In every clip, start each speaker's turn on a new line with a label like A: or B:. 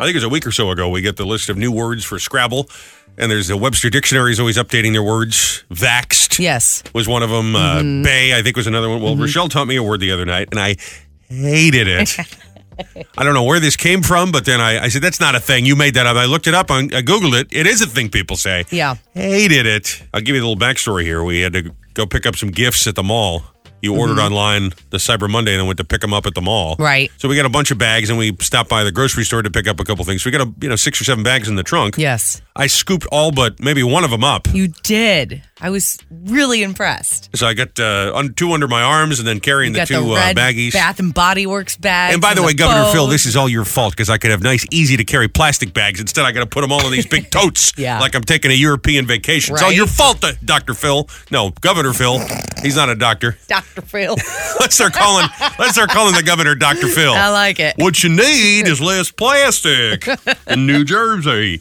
A: I think it was a week or so ago, we get the list of new words for Scrabble, and there's the Webster Dictionary is always updating their words. Vaxed
B: Yes.
A: was one of them. Uh, Bay, I think, was another one. Well, Rochelle taught me a word the other night, and I hated it. I don't know where this came from, but then I, I said, that's not a thing. You made that up. I looked it up. On, I Googled it. It is a thing people say.
B: Yeah.
A: Hated it. I'll give you a little backstory here. We had to go pick up some gifts at the mall. You ordered online the Cyber Monday and then went to pick them up at the mall.
B: Mm-hmm. Right.
A: So we got a bunch of bags and we stopped by the grocery store to pick up a couple things. We got a, you know six or seven bags in the trunk.
B: Yes.
A: I scooped all but maybe one of them up.
B: You did. I was really impressed.
A: So I got uh, un- two under my arms and then carrying the
B: got
A: two
B: the
A: uh,
B: red
A: baggies.
B: Bath and Body Works bag.
A: and by the way, Governor Phil, this is all your fault because I could have nice, easy to carry plastic bags. Instead, I got to put them all in these big totes
B: Yeah.
A: like I'm taking a European vacation. It's all
B: Right.
A: your fault, uh, Dr. Phil. No, Governor Phil. He's not a doctor.
B: Dr. Phil.
A: Let's start calling. let's start calling the governor Dr. Phil.
B: I like it.
A: What you need is less plastic in New Jersey.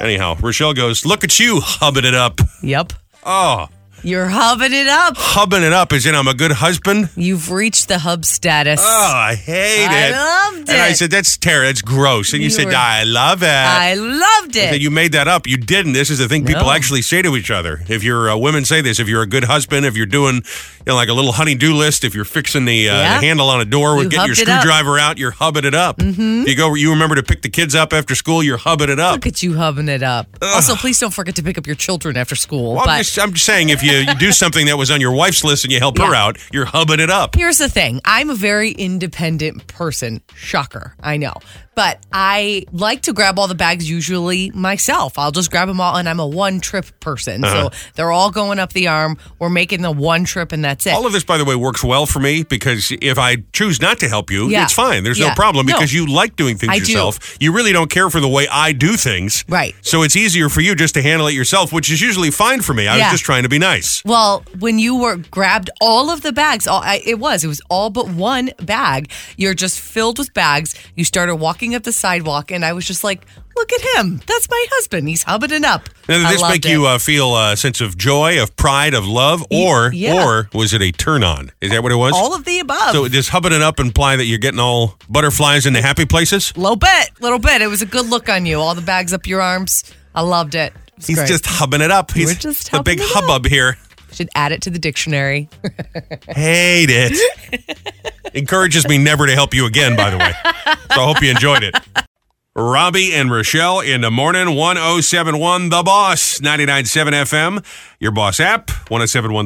A: Anyhow, Rochelle goes, "Look at you hubbing it up."
B: yep.
A: Oh,
B: You're hubbing it up.
A: hubbing it up is in I'm a good husband.
B: You've reached the hub status.
A: Oh, I hate
B: I
A: it.
B: loved
A: And I
B: it.
A: said, "That's terror. That's gross." And you,
B: You
A: said,
B: were-
A: "I love it."
B: I loved
A: I said,
B: it.
A: you made that up. You didn't. This is the thing people
B: No.
A: actually say to each other. If you're uh, women, say this. If you're a good husband, if you're doing you know, like a little honey-do list, if you're fixing the, uh,
B: Yeah.
A: the handle on a door with
B: You
A: getting your
B: hubbed it up. Mm-hmm.
A: screwdriver out, you're hubbing it up. If you go, you remember to pick the kids up after school. You're hubbing it up.
B: Look at you hubbing it up. Also, please don't forget to pick up your children after school.
A: Well,
B: but
A: I'm, just, I'm just saying, if you, you do something that was on your wife's list and you help her
B: Yeah.
A: out, you're hubbing it up.
B: Here's the thing I'm a very independent person. Shocker, I know. But I like to grab all the bags usually myself. I'll just grab them all, and I'm a one trip person.
A: Uh-huh.
B: So they're all going up the arm. We're making the one trip, and that's it.
A: All of this, by the way, works well for me because if I choose not to help you,
B: Yeah.
A: it's fine. There's no
B: Yeah.
A: problem
B: No.
A: because you like doing things
B: I do.
A: yourself. You really don't care for the way I do things.
B: Right.
A: So it's easier for you just to handle it yourself, which is usually fine for me. I was
B: Yeah.
A: just trying to be nice.
B: Well, when you were grabbed all of the bags, all I, it was it was all but one bag. You're just filled with bags. You started walking up the sidewalk, and I was just like, "Look at him! That's my husband. He's hubbing it up."
A: Now, did
B: I
A: this
B: loved
A: make
B: it.
A: you uh, feel a sense of joy, of pride, of love, or
B: yeah.
A: or was it a turn on? Is that what it was?
B: all of the above?
A: so does hubbing it up imply that you're getting all butterflies in the happy places?
B: little bit, little bit. It was a good look on you. All the bags up your arms. I loved it. It was
A: He's
B: great.
A: just hubbing it up. He's
B: were just
A: the big
B: hubbing it up.
A: hubbub here.
B: should add it to the dictionary.
A: Hate it. Encourages me never to help you again, by the way. So I hope you enjoyed it. Robbie and Rochelle in the morning, 1071 The Boss, 997 FM, your boss app,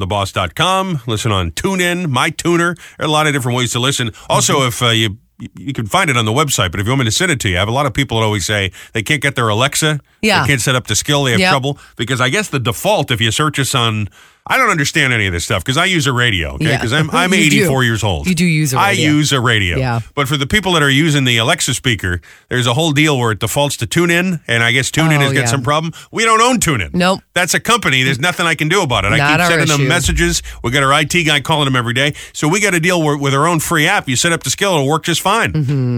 A: 1071theboss.com. Listen on TuneIn, My Tuner. There are a lot of different ways to listen. Also,
B: Mm-hmm.
A: if uh, you you can find it on the website, but if you want me to send it to you, I have a lot of people that always say they can't get their Alexa.
B: Yeah.
A: They can't set up the skill. They have
B: Yep.
A: trouble because I guess the default, if you search us on, I don't understand any of this stuff because I use a radio, okay?
B: Yeah.
A: Because I'm, I'm
B: You do.
A: 84 years old.
B: You do use a
A: I
B: radio.
A: use a radio.
B: Yeah.
A: But for the people that are using the Alexa speaker, there's a whole deal where it defaults to TuneIn, and I guess TuneIn
B: Oh,
A: has got
B: yeah.
A: some problem. We don't own TuneIn.
B: Nope.
A: That's a company. There's nothing I can do about it. I
B: Not
A: keep
B: our
A: sending them
B: issue.
A: messages. We got our IT guy calling them every day. So we got a deal where, with our own free app. You set up the skill, it'll work just fine.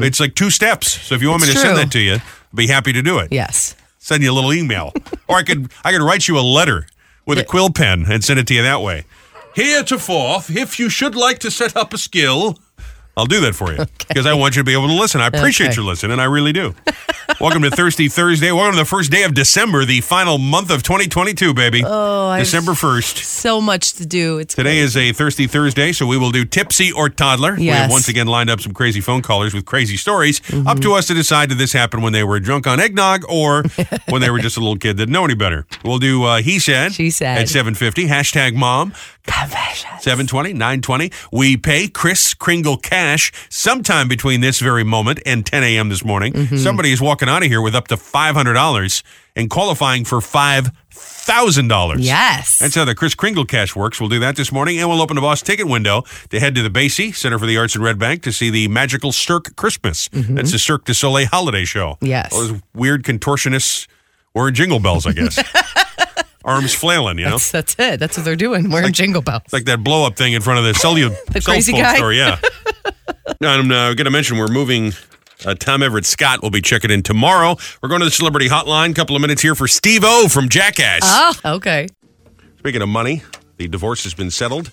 A: It's like two steps. So if you want me to
B: Mm-hmm. It's
A: send
B: true.
A: that to you, I'd be happy to do it.
B: Yes.
A: Send you a little email, or I could I could write you a letter with a quill pen and send it to you that way. Heretofore, if you should like to set up a skill, I'll do that for you because I want you to be able to listen. I appreciate
B: Okay.
A: your listen, and I really do. Welcome to Thirsty Thursday. Welcome to the first day of December, the final month of 2022, baby. Oh, December 1st.
B: So much to do. It's
A: Today is a Thirsty Thursday, so we will do Tipsy or Toddler. We have
B: Yes. Mm-hmm.
A: once again lined up some crazy phone callers with crazy stories. Up to us to decide did this happen when they were drunk on eggnog or when they were just a little kid that didn't know any better. We'll do uh, He Said.
B: She Said.
A: At 750. Hashtag mom.
B: confession.
A: 720, 920. We pay Chris Kringle cash sometime between this very moment and 10 a.m. this morning.
B: Mm-hmm.
A: Somebody is walking out of here with up to $500 and qualifying for $5,000.
B: Yes.
A: That's how the Chris Kringle cash works. We'll do that this morning, and we'll open the boss ticket window to head to the Basie Center for the Arts in Red Bank to see the magical Cirque Christmas. That's the Cirque du Soleil holiday show.
B: Mm-hmm. Yes.
A: All those weird contortionists wearing jingle bells, I guess. Arms flailing, you know?
B: that's, that's it. That's what they're doing. Wearing jingle bells.
A: It's like that blow up thing in front of the cellular
B: The
A: cell
B: crazy
A: phone
B: guy?
A: store. Yeah. no, I'm uh, going to mention we're moving. Uh, Tom Everett Scott will be checking in tomorrow. We're going to the Celebrity Hotline. Couple of minutes here for Steve O from Jackass.
B: oh, okay.
A: Speaking of money, the divorce has been settled.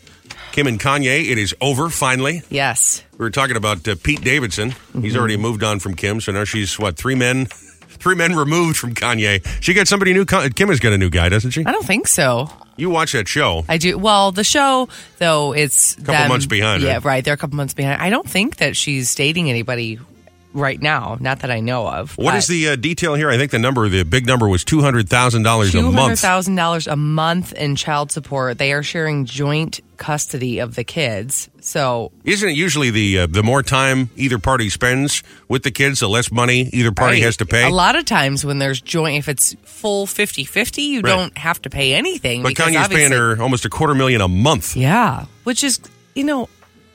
A: Kim and Kanye, it is over finally.
B: Yes.
A: We were talking about uh, Pete Davidson.
B: Mm-hmm.
A: He's already moved on from Kim, so now she's what three men, three men removed from Kanye. She got somebody new. Con- Kim has got a new guy, doesn't she?
B: I don't think so.
A: You watch that show.
B: I do. Well, the show though, it's a couple
A: months behind,
B: Yeah,
A: right?
B: right? They're a couple months behind. I don't think that she's dating anybody right now. Not that I know of.
A: What is the uh, detail here? I think the number, the big number, was two hundred thousand dollars a
B: Two hundred
A: month.
B: thousand dollars a month in child support. They are sharing joint custody of the kids. So
A: Isn't it usually the uh, the more time either party spends with the kids, the less money either party has to pay?
B: A lot of times when there's joint, if it's full 50-50, you
A: Right.
B: don't have to pay anything.
A: But
B: because
A: Kanye's paying
B: obviously-
A: her almost a quarter million a month.
B: Yeah, which is you know,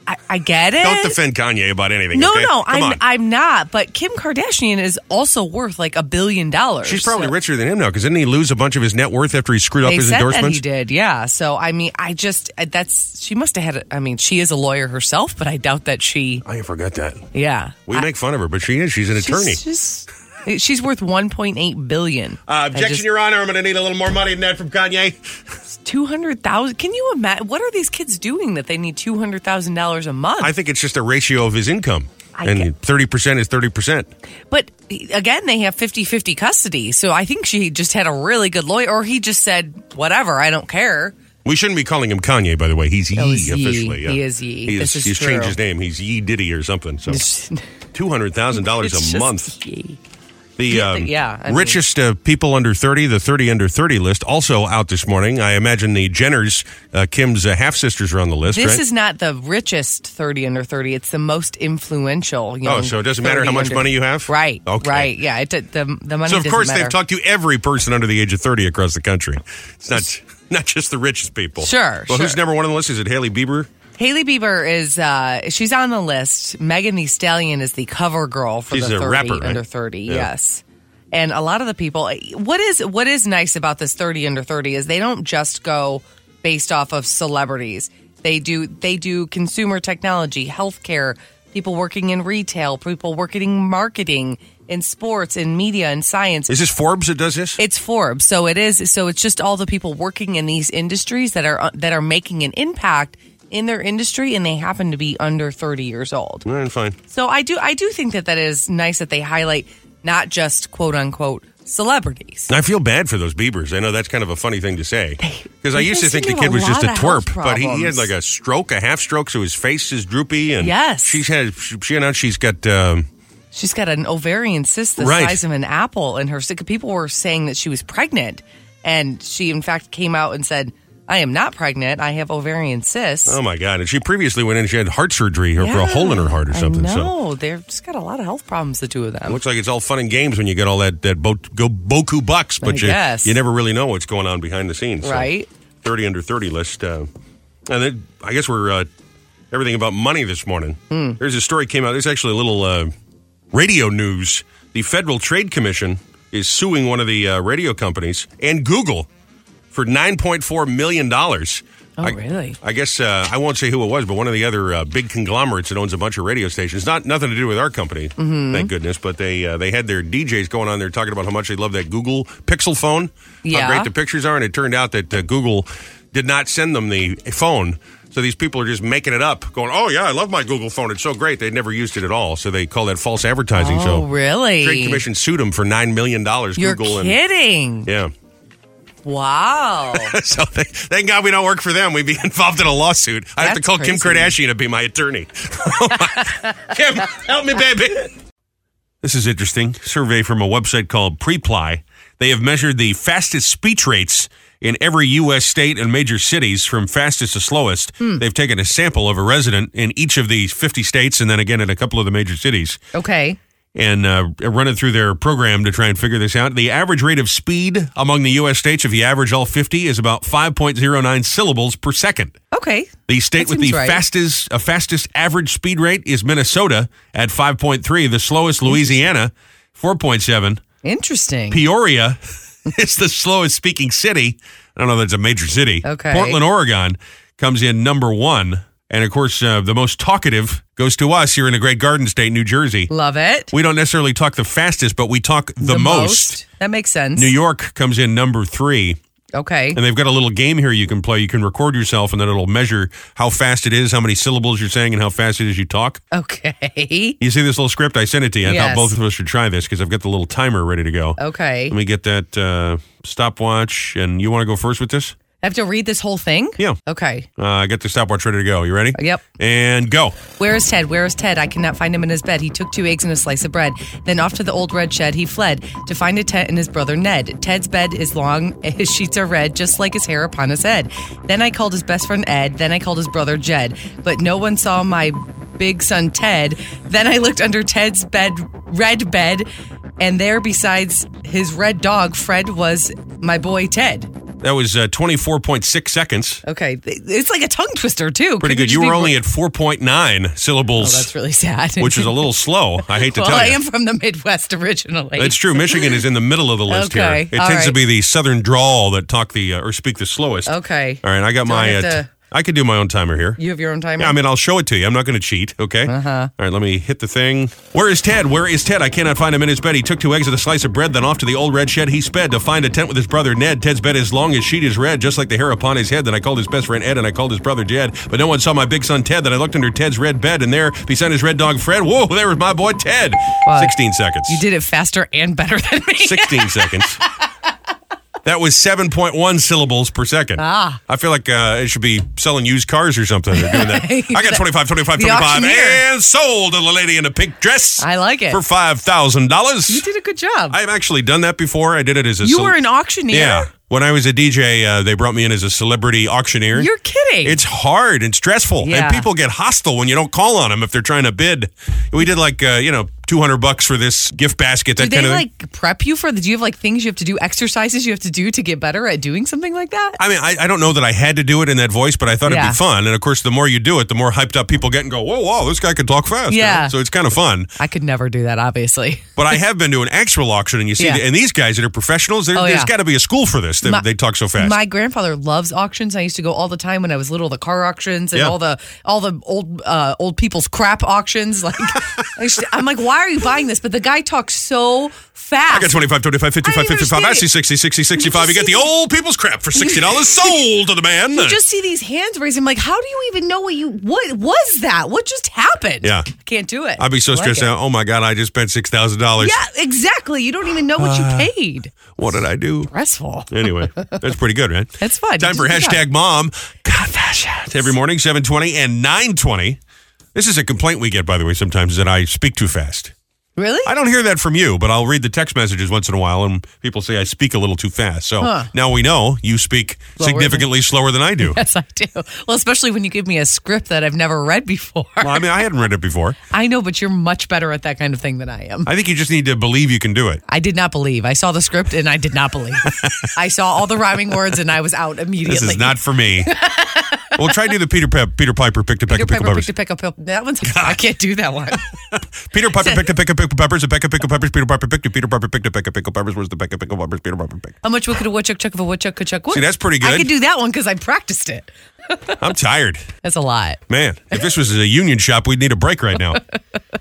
B: I, I get it.
A: Don't defend Kanye about anything.
B: No,
A: okay?
B: no,
A: Come
B: I'm
A: on.
B: I'm not. But Kim Kardashian is also worth like a billion dollars.
A: She's probably
B: So-
A: richer than him now because didn't he lose a bunch of his net worth after he screwed up
B: They
A: his
B: said that
A: endorsements?
B: he did, yeah. So I mean, I just I- that's she must have had. a- I mean, she is a lawyer herself, but I doubt that she.
A: I forgot that.
B: Yeah,
A: We
B: I-
A: make fun of her, but she is. She's an attorney.
B: She's, she's, she's worth 1.8 billion.
A: uh, objection, Your Honor. I'm going to need a little more money than that from Kanye.
B: Two hundred thousand. Can you imagine? What are these kids doing that they need two hundred thousand dollars a month?
A: I think it's just a ratio of his income.
B: I
A: and
B: get-
A: 30% is 30%.
B: But again, they have 50 50 custody. So I think she just had a really good lawyer, or he just said, whatever, I don't care.
A: We shouldn't be calling him Kanye, by the way. He's Yee
B: Oh, he's Yee.
A: officially.
B: He is Yee.
A: He
B: This is
A: he's changed
B: true.
A: his name. He's Yee Diddy or something. So
B: It's-
A: $200,000 Oh, a
B: it's just-
A: month. The um,
B: yeah, I mean-
A: richest uh, people under 30, the 30 under 30 list, also out this morning. I imagine the Jenners, uh, Kim's uh, half sisters, are on the list,
B: This
A: right?
B: is not the richest 30 under 30. It's the most influential.
A: Oh,
B: young
A: so it doesn't matter how
B: 30
A: much
B: under-
A: money you have?
B: Right.
A: Okay.
B: Right. Yeah. It, d- the, the money
A: so, of
B: doesn't
A: course,
B: matter.
A: they've talked to every person under the age of 30 across the country. It's not not just the richest people.
B: Sure,
A: Well, who's
B: sure.
A: number one on the list? Is it Haley Bieber?
B: Haley Bieber is uh she's on the list. Megan Thee Stallion is the cover girl for
A: She's
B: the
A: a
B: 30
A: rapper, right?
B: under 30.
A: Yeah.
B: Yes. And a lot of the people what is what is nice about this 30 under 30 is they don't just go based off of celebrities. They do they do consumer technology, healthcare, people working in retail, people working in marketing, in sports, in media, in science.
A: Is this Forbes that does this?
B: It's Forbes, so it is. So it's just all the people working in these industries that are uh, that are making an impact in their industry, and they happen to be under thirty years old.
A: All right, fine.
B: So I do I do think that that is nice that they highlight not just quote unquote celebrities.
A: I feel bad for those Biebers. I know that's kind of a funny thing to say. Because I
B: they
A: used to think the
B: seem to
A: kid
B: have a
A: was just a
B: lot of health
A: twerp, but he, he had
B: problems.
A: like a stroke, a half stroke, so his face is droopy. And
B: Yes.
A: she's had she, she announced she's got um,
B: She's got an ovarian cyst the
A: Right.
B: size of an apple in her. People were saying that she was pregnant, and she in fact came out and said, "I am not pregnant. I have ovarian cysts."
A: oh my god, and she previously went in she had heart surgery or for a
B: Yeah.
A: hole in her heart or something.
B: I
A: So
B: know. they've just got a lot of health problems. The two of them.
A: looks like it's all fun and games when you get all that that bo- go boku bucks, but
B: I
A: you
B: guess.
A: you never really know what's going on behind the scenes. So,
B: Right.
A: Thirty under thirty list, uh, and then I guess we're uh, everything about money this morning.
B: Hmm.
A: There's a story came out. There's actually a little uh, radio news. The Federal Trade Commission is suing one of the uh, radio companies and Google for nine point four million dollars.
B: Oh,
A: I,
B: really?
A: I guess uh, I won't say who it was, but one of the other uh, big conglomerates that owns a bunch of radio stations. Not nothing to do with our company,
B: Mm-hmm.
A: thank goodness. But they uh, they had their DJs going on there talking about how much they love that Google Pixel phone,
B: Yeah.
A: how great the pictures are, and it turned out that uh, Google did not send them the phone. So these people are just making it up, going, "Oh yeah, I love my Google phone. It's so great." They never used it at all, so they call that false advertising. so
B: Oh, really?
A: Trade Commission sued them for nine million dollars.
B: You're
A: Google and
B: kidding.
A: yeah.
B: Wow.
A: So th- thank God we don't work for them. We'd be involved in a lawsuit. I have to
B: That's
A: call Kim
B: crazy.
A: Kardashian to be my attorney. Oh Kim, help me, baby. This is interesting. Survey from a website called Preply. They have measured the fastest speech rates in every U.S. state and major cities from fastest to slowest.
B: Hmm.
A: They've taken a sample of a resident in each of the 50 states and then again in a couple of the major cities
B: okay.
A: and uh, running through their program to try and figure this out. The average rate of speed among the U.S. states, if you average all 50, is about 5.09 syllables per second.
B: Okay.
A: The state
B: That
A: with the
B: seems right.
A: fastest uh, fastest average speed rate is Minnesota at 5.3. The slowest, Louisiana, 4.7.
B: Interesting.
A: Peoria is the slowest speaking city. I don't know if that's a major city.
B: Okay.
A: Portland, Oregon comes in number one. And of course, uh, the most talkative goes to us here in the great garden state, New Jersey.
B: Love it.
A: We don't necessarily talk the fastest, but we talk the, most.
B: That makes sense.
A: New York comes in number three.
B: Okay.
A: And they've got a little game here you can play. You can record yourself, and then it'll measure how fast it is, how many syllables you're saying, and how fast it is you talk.
B: Okay.
A: You see this little script I sent it to you. I
B: Yes. Oh.
A: thought both of us should try this because I've got the little timer ready to go.
B: Okay.
A: Let me get that uh, stopwatch. And you want to go first with this?
B: I have to read this whole thing?
A: Yeah.
B: Okay.
A: Uh, I got the stopwatch ready to go. You ready?
B: Yep.
A: And go.
B: Where is Ted? Where is Ted? I cannot find him in his bed. He took two eggs and a slice of bread. Then off to the old red shed he fled to find a tent and his brother Ned. Ted's bed is long, his sheets are red, just like his hair upon his head. Then I called his best friend Ed. Then I called his brother Jed. But no one saw my big son Ted. Then I looked under Ted's bed, red bed, and there, besides his red dog, Fred, was my boy Ted.
A: That was uh, 24.6 seconds.
B: Okay, th- it's like a tongue twister too.
A: Pretty
B: Couldn't
A: good.
B: it
A: You
B: just be
A: were only
B: re-
A: at 4.9
B: Oh,
A: syllables,
B: that's really sad.
A: which is a little slow. I hate to
B: Well,
A: tell
B: I
A: you.
B: am from the Midwest originally.
A: That's true. Michigan is in the middle of the list
B: Okay.
A: here. It
B: All
A: tends to
B: right.
A: be the southern drawl that talk the uh, or speak the slowest.
B: okay.
A: All right, I got
B: Do I
A: my.
B: have
A: uh,
B: to-
A: t- I could do my own timer here.
B: You have your own timer.
A: Yeah, I mean, I'll show it to you. I'm not going to cheat, okay? Uh-huh. right, let me hit the thing. Where is Ted? Where is Ted? I cannot find him in his bed. He took two eggs and a slice of bread, then off to the old red shed he sped to find a tent with his brother Ned. Ted's bed as long as sheet is red, just like the hair upon his head. Then I called his best friend Ed, and I called his brother Jed. But no one saw my big son Ted. Then I looked under Ted's red bed, and there, beside his red dog Fred, whoa, there was my boy Ted. 16 seconds.
B: you did it faster and better than me.
A: 16 seconds. That was 7.1 syllables per second. Ah. I feel like uh, it should be selling used cars or something. They're doing that. I got 25, 25,
B: The
A: 25,
B: auctioneer.
A: and sold to the lady in a pink dress.
B: I like it.
A: For
B: you
A: $5,000.
B: did a good job.
A: I've actually done that before. I did it as a
B: you
A: cel-
B: were an auctioneer.
A: Yeah. When I was a DJ, uh, they brought me in as a celebrity auctioneer.
B: You're kidding.
A: It's hard and stressful,
B: Yeah.
A: and people get hostile when you don't call on them if they're trying to bid. We did like uh, you know two hundred bucks for this gift basket, that
B: do they
A: kind of thing.
B: like prep you for the? Do you have like things you have to do, exercises you have to do to get better at doing something like that?
A: I mean, I, I don't know that I had to do it in that voice, but I thought it'd
B: Yeah.
A: be fun. And of course, the more you do it, the more hyped up people get and go, whoa, whoa, this guy can talk fast. you know?
B: Yeah.
A: So it's kind of fun.
B: I could never do that, obviously.
A: But I have been to an actual auction, and you see,
B: Yeah.
A: the, and these guys that are professionals, there,
B: Oh,
A: there's
B: yeah.
A: got to be a school for this. They,
B: My-
A: they talk so fast.
B: My grandfather loves auctions. I used to go all the time when I was little. The car auctions and
A: Yeah.
B: all the all the old uh, old people's crap auctions. Like I used to- I'm like, why are you buying this? But the guy talks so fast.
A: I got 25, 25, 55,
B: I don't
A: 55. I
B: understand
A: see 60,
B: it.
A: 60, 65. You get the old people's crap for $60 sold to the man.
B: You just see these hands raising. I'm like, how do you even know what you what was that? What just happened?
A: Yeah.
B: I can't do it.
A: I'd be so
B: I like
A: stressed
B: it.
A: out. Oh my God, I just spent $6,000.
B: Yeah, exactly. You don't even know what
A: Uh,
B: you paid.
A: What did I do?
B: Stressful.
A: Anyway, that's pretty good, right?
B: That's fun.
A: Time for
B: Good job.
A: hashtag mom confessions every morning, 720 and 920. This is a complaint we get, by the way, sometimes that I speak too fast.
B: Really?
A: I don't hear that from you, but I'll read the text messages once in a while, and people say I speak a little too fast. So now we know you speak
B: Slower than-
A: significantly slower than I do.
B: yes, I do. Well, especially when you give me a script that I've never read before.
A: Well, I mean, I hadn't read it before.
B: I know, but you're much better at that kind of thing than I am.
A: I think you just need to believe you can do it.
B: I did not believe. I saw the script and I did not believe. I saw all the rhyming words and I was out immediately.
A: This is not for me. we'll try to do the Peter Pe- Peter Piper picked a peck
B: Peter
A: of pickle
B: Piper
A: peppers.
B: picked a peck of pep- That one's. I can't do that one.
A: Peter Piper picked a peck of pickle peppers. A peck of pickle peppers. Peter Piper picked a Peter Piper picked a peck of pickle peppers. Where's the peck of pickle peppers? Peter Piper picked.
B: How much wood could a woodchuck chuck of a woodchuck could chuck wood?
A: See, that's pretty
B: I
A: good.
B: could do that one because I practiced it.
A: I'm tired.
B: That's a lot.
A: Man, if this was a union shop, we'd need a break right now.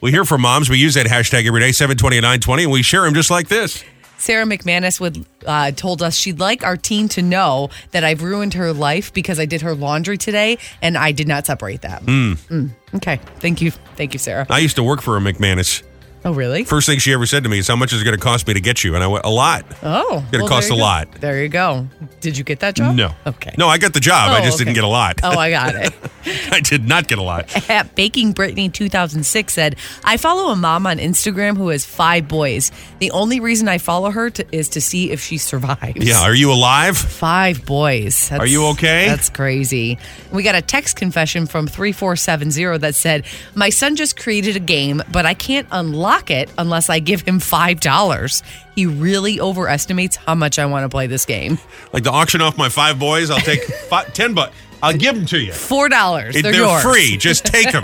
A: we hear from moms. We use that hashtag every day, 720 and 920, and we share them just like this.
B: Sarah McManus would uh, told us she'd like our teen to know that I've ruined her life because I did her laundry today and I did not separate that.
A: Hmm.
B: Mm. Okay, thank you, thank you, Sarah.
A: I used to work for a McManus.
B: Oh, really?
A: First thing she ever said to me is, How much is it going to cost me to get you? And I went, A lot.
B: oh,
A: Gonna
B: well,
A: cost
B: there
A: a
B: you go.
A: lot.
B: There you go. Did you get that job?
A: No.
B: Okay.
A: No, I got the job. I
B: Oh,
A: just didn't
B: okay.
A: get a lot.
B: Oh, I got it.
A: I did not get a lot.
B: at Baking Brittany 2006 said, I follow a mom on Instagram who has five boys. The only reason I follow her to, is to see if she survives.
A: Yeah. Are you alive?
B: Five boys. That's-
A: Are you okay?
B: That's crazy. We got a text confession from 3470 that said, My son just created a game, but I can't unlock it unless I give him $5. He really overestimates how much I want to play this game.
A: Like to auction off my five boys, I'll take five, 10 bucks. I'll give them to you.
B: $4.
A: It-
B: they're yours.
A: free. Just take them.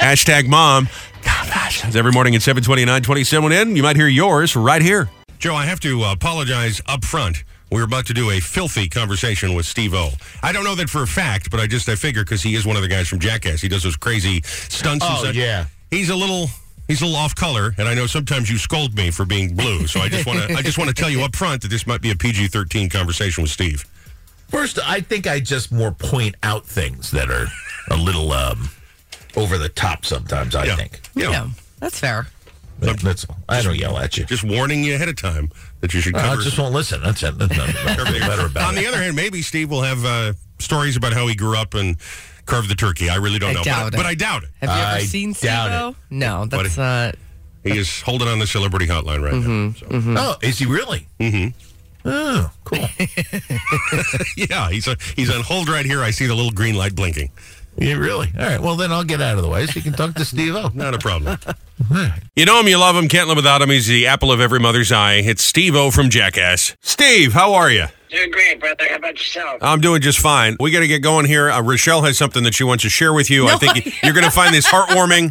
A: Hashtag mom. It's every morning at 729, 27 in. You might hear yours right here. Joe, I have to uh, apologize up front. We're about to do a filthy conversation with Steve O. I don't know that for a fact, but I just I figure because he is one of the guys from Jackass. He does those crazy stunts and
C: Oh,
A: such.
C: yeah.
A: He's a little He's a little off color, and I know sometimes you scold me for being blue. So I just want to I just want to tell you up front that this might be a PG thirteen conversation with Steve.
C: First, I think I just more point out things that are a little um, over the top sometimes, I
A: Yeah.
C: think.
A: Yeah.
B: Yeah, that's fair.
C: That- That's all. I don't yell at you.
A: Just warning you ahead of time that you should
C: I
A: cover.
C: just won't listen. That's it. That's not, nothing better about
A: On
C: it.
A: the other hand, maybe Steve will have uh, stories about how he grew up and carved the turkey. I really don't
B: I
A: know,
B: doubt
A: but,
B: it.
A: but I doubt it.
B: Have you ever
C: I
B: seen
C: doubt
B: Steve-O? No, that's
A: Buddy.
B: not.
A: He is holding on the celebrity hotline right now. So.
B: Mm-hmm,
C: Oh, is he really? Mm-hmm. Oh, cool.
A: Yeah, he's he's on hold right here. I see the little green light blinking.
C: yeah, really? All right. Well, then I'll get out of the way so you can talk to Steve O.
A: Not a problem. you know him, you love him, can't live without him. He's the apple of every mother's eye. It's Steve O from Jackass. Steve, how are you?
D: Doing great, brother. How about yourself?
A: I'm doing just fine. We got to get going here. Uh, Rochelle has something that she wants to share with you. I think you- you're going to find this heartwarming.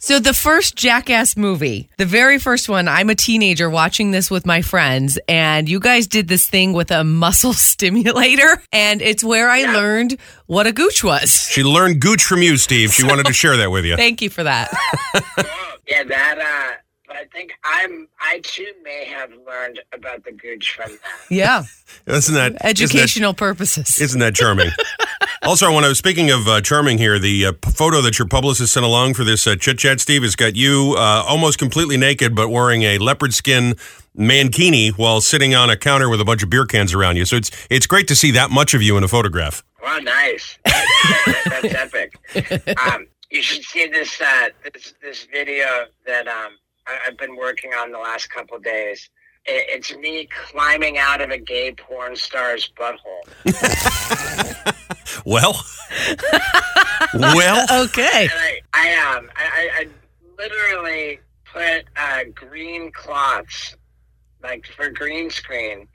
B: So the first Jackass movie, the very first one, I'm a teenager watching this with my friends, and you guys did this thing with a muscle stimulator, and it's where I learned what a gooch was.
A: She learned gooch from you, Steve. She wanted to share that with you.
B: Thank you for that.
D: yeah, that. uh But I think I'm. I too may have learned about the gooch from that.
B: Yeah,
A: Isn't that isn't that-
B: educational purposes.
A: Isn't that charming? also, I want to. Speaking of uh, charming, here the uh, p- photo that your publicist sent along for this uh, chit chat, Steve, has got you uh, almost completely naked, but wearing a leopard skin mankini while sitting on a counter with a bunch of beer cans around you. So it's it's great to see that much of you in a photograph.
D: Wow, nice. That- that- that's epic. Um, you should see this uh, this this video that um, I, I've been working on the last couple of days. It, it's me climbing out of a gay porn star's butthole.
A: Well, well,
B: Okay.
D: And I, I um, I, I, I literally put uh, green cloths, like for green screen.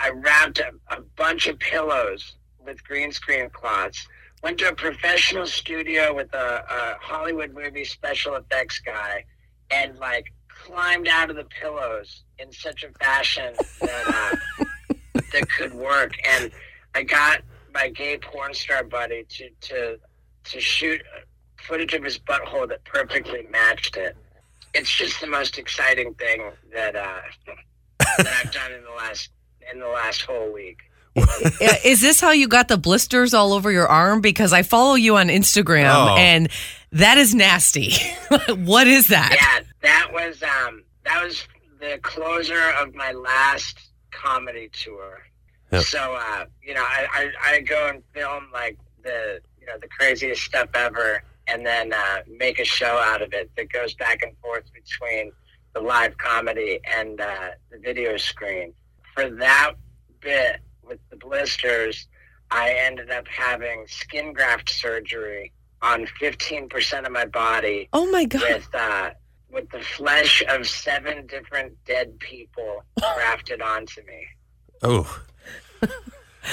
D: I wrapped a, a bunch of pillows with green screen cloths. Went to a professional studio with a, a Hollywood movie special effects guy, and like climbed out of the pillows in such a fashion that uh, that could work. And I got my gay porn star buddy to to to shoot footage of his butthole that perfectly matched it. It's just the most exciting thing that uh, that I've done in the last in the last whole week.
B: Yeah, Is this how you got the blisters all over your arm? Because I follow you on Instagram,
A: Oh.
B: and that is nasty. what is that?
D: Yeah, that was um, that was the closer of my last comedy tour.
A: Yep.
D: So uh, you know, I, I I go and film like the you know the craziest stuff ever, and then uh, make a show out of it that goes back and forth between the live comedy and uh, the video screen. For that bit with the blisters, I ended up having skin graft surgery on 15% of my body
B: Oh my god!
D: with uh, with the flesh of seven different dead people grafted onto me.
A: oh,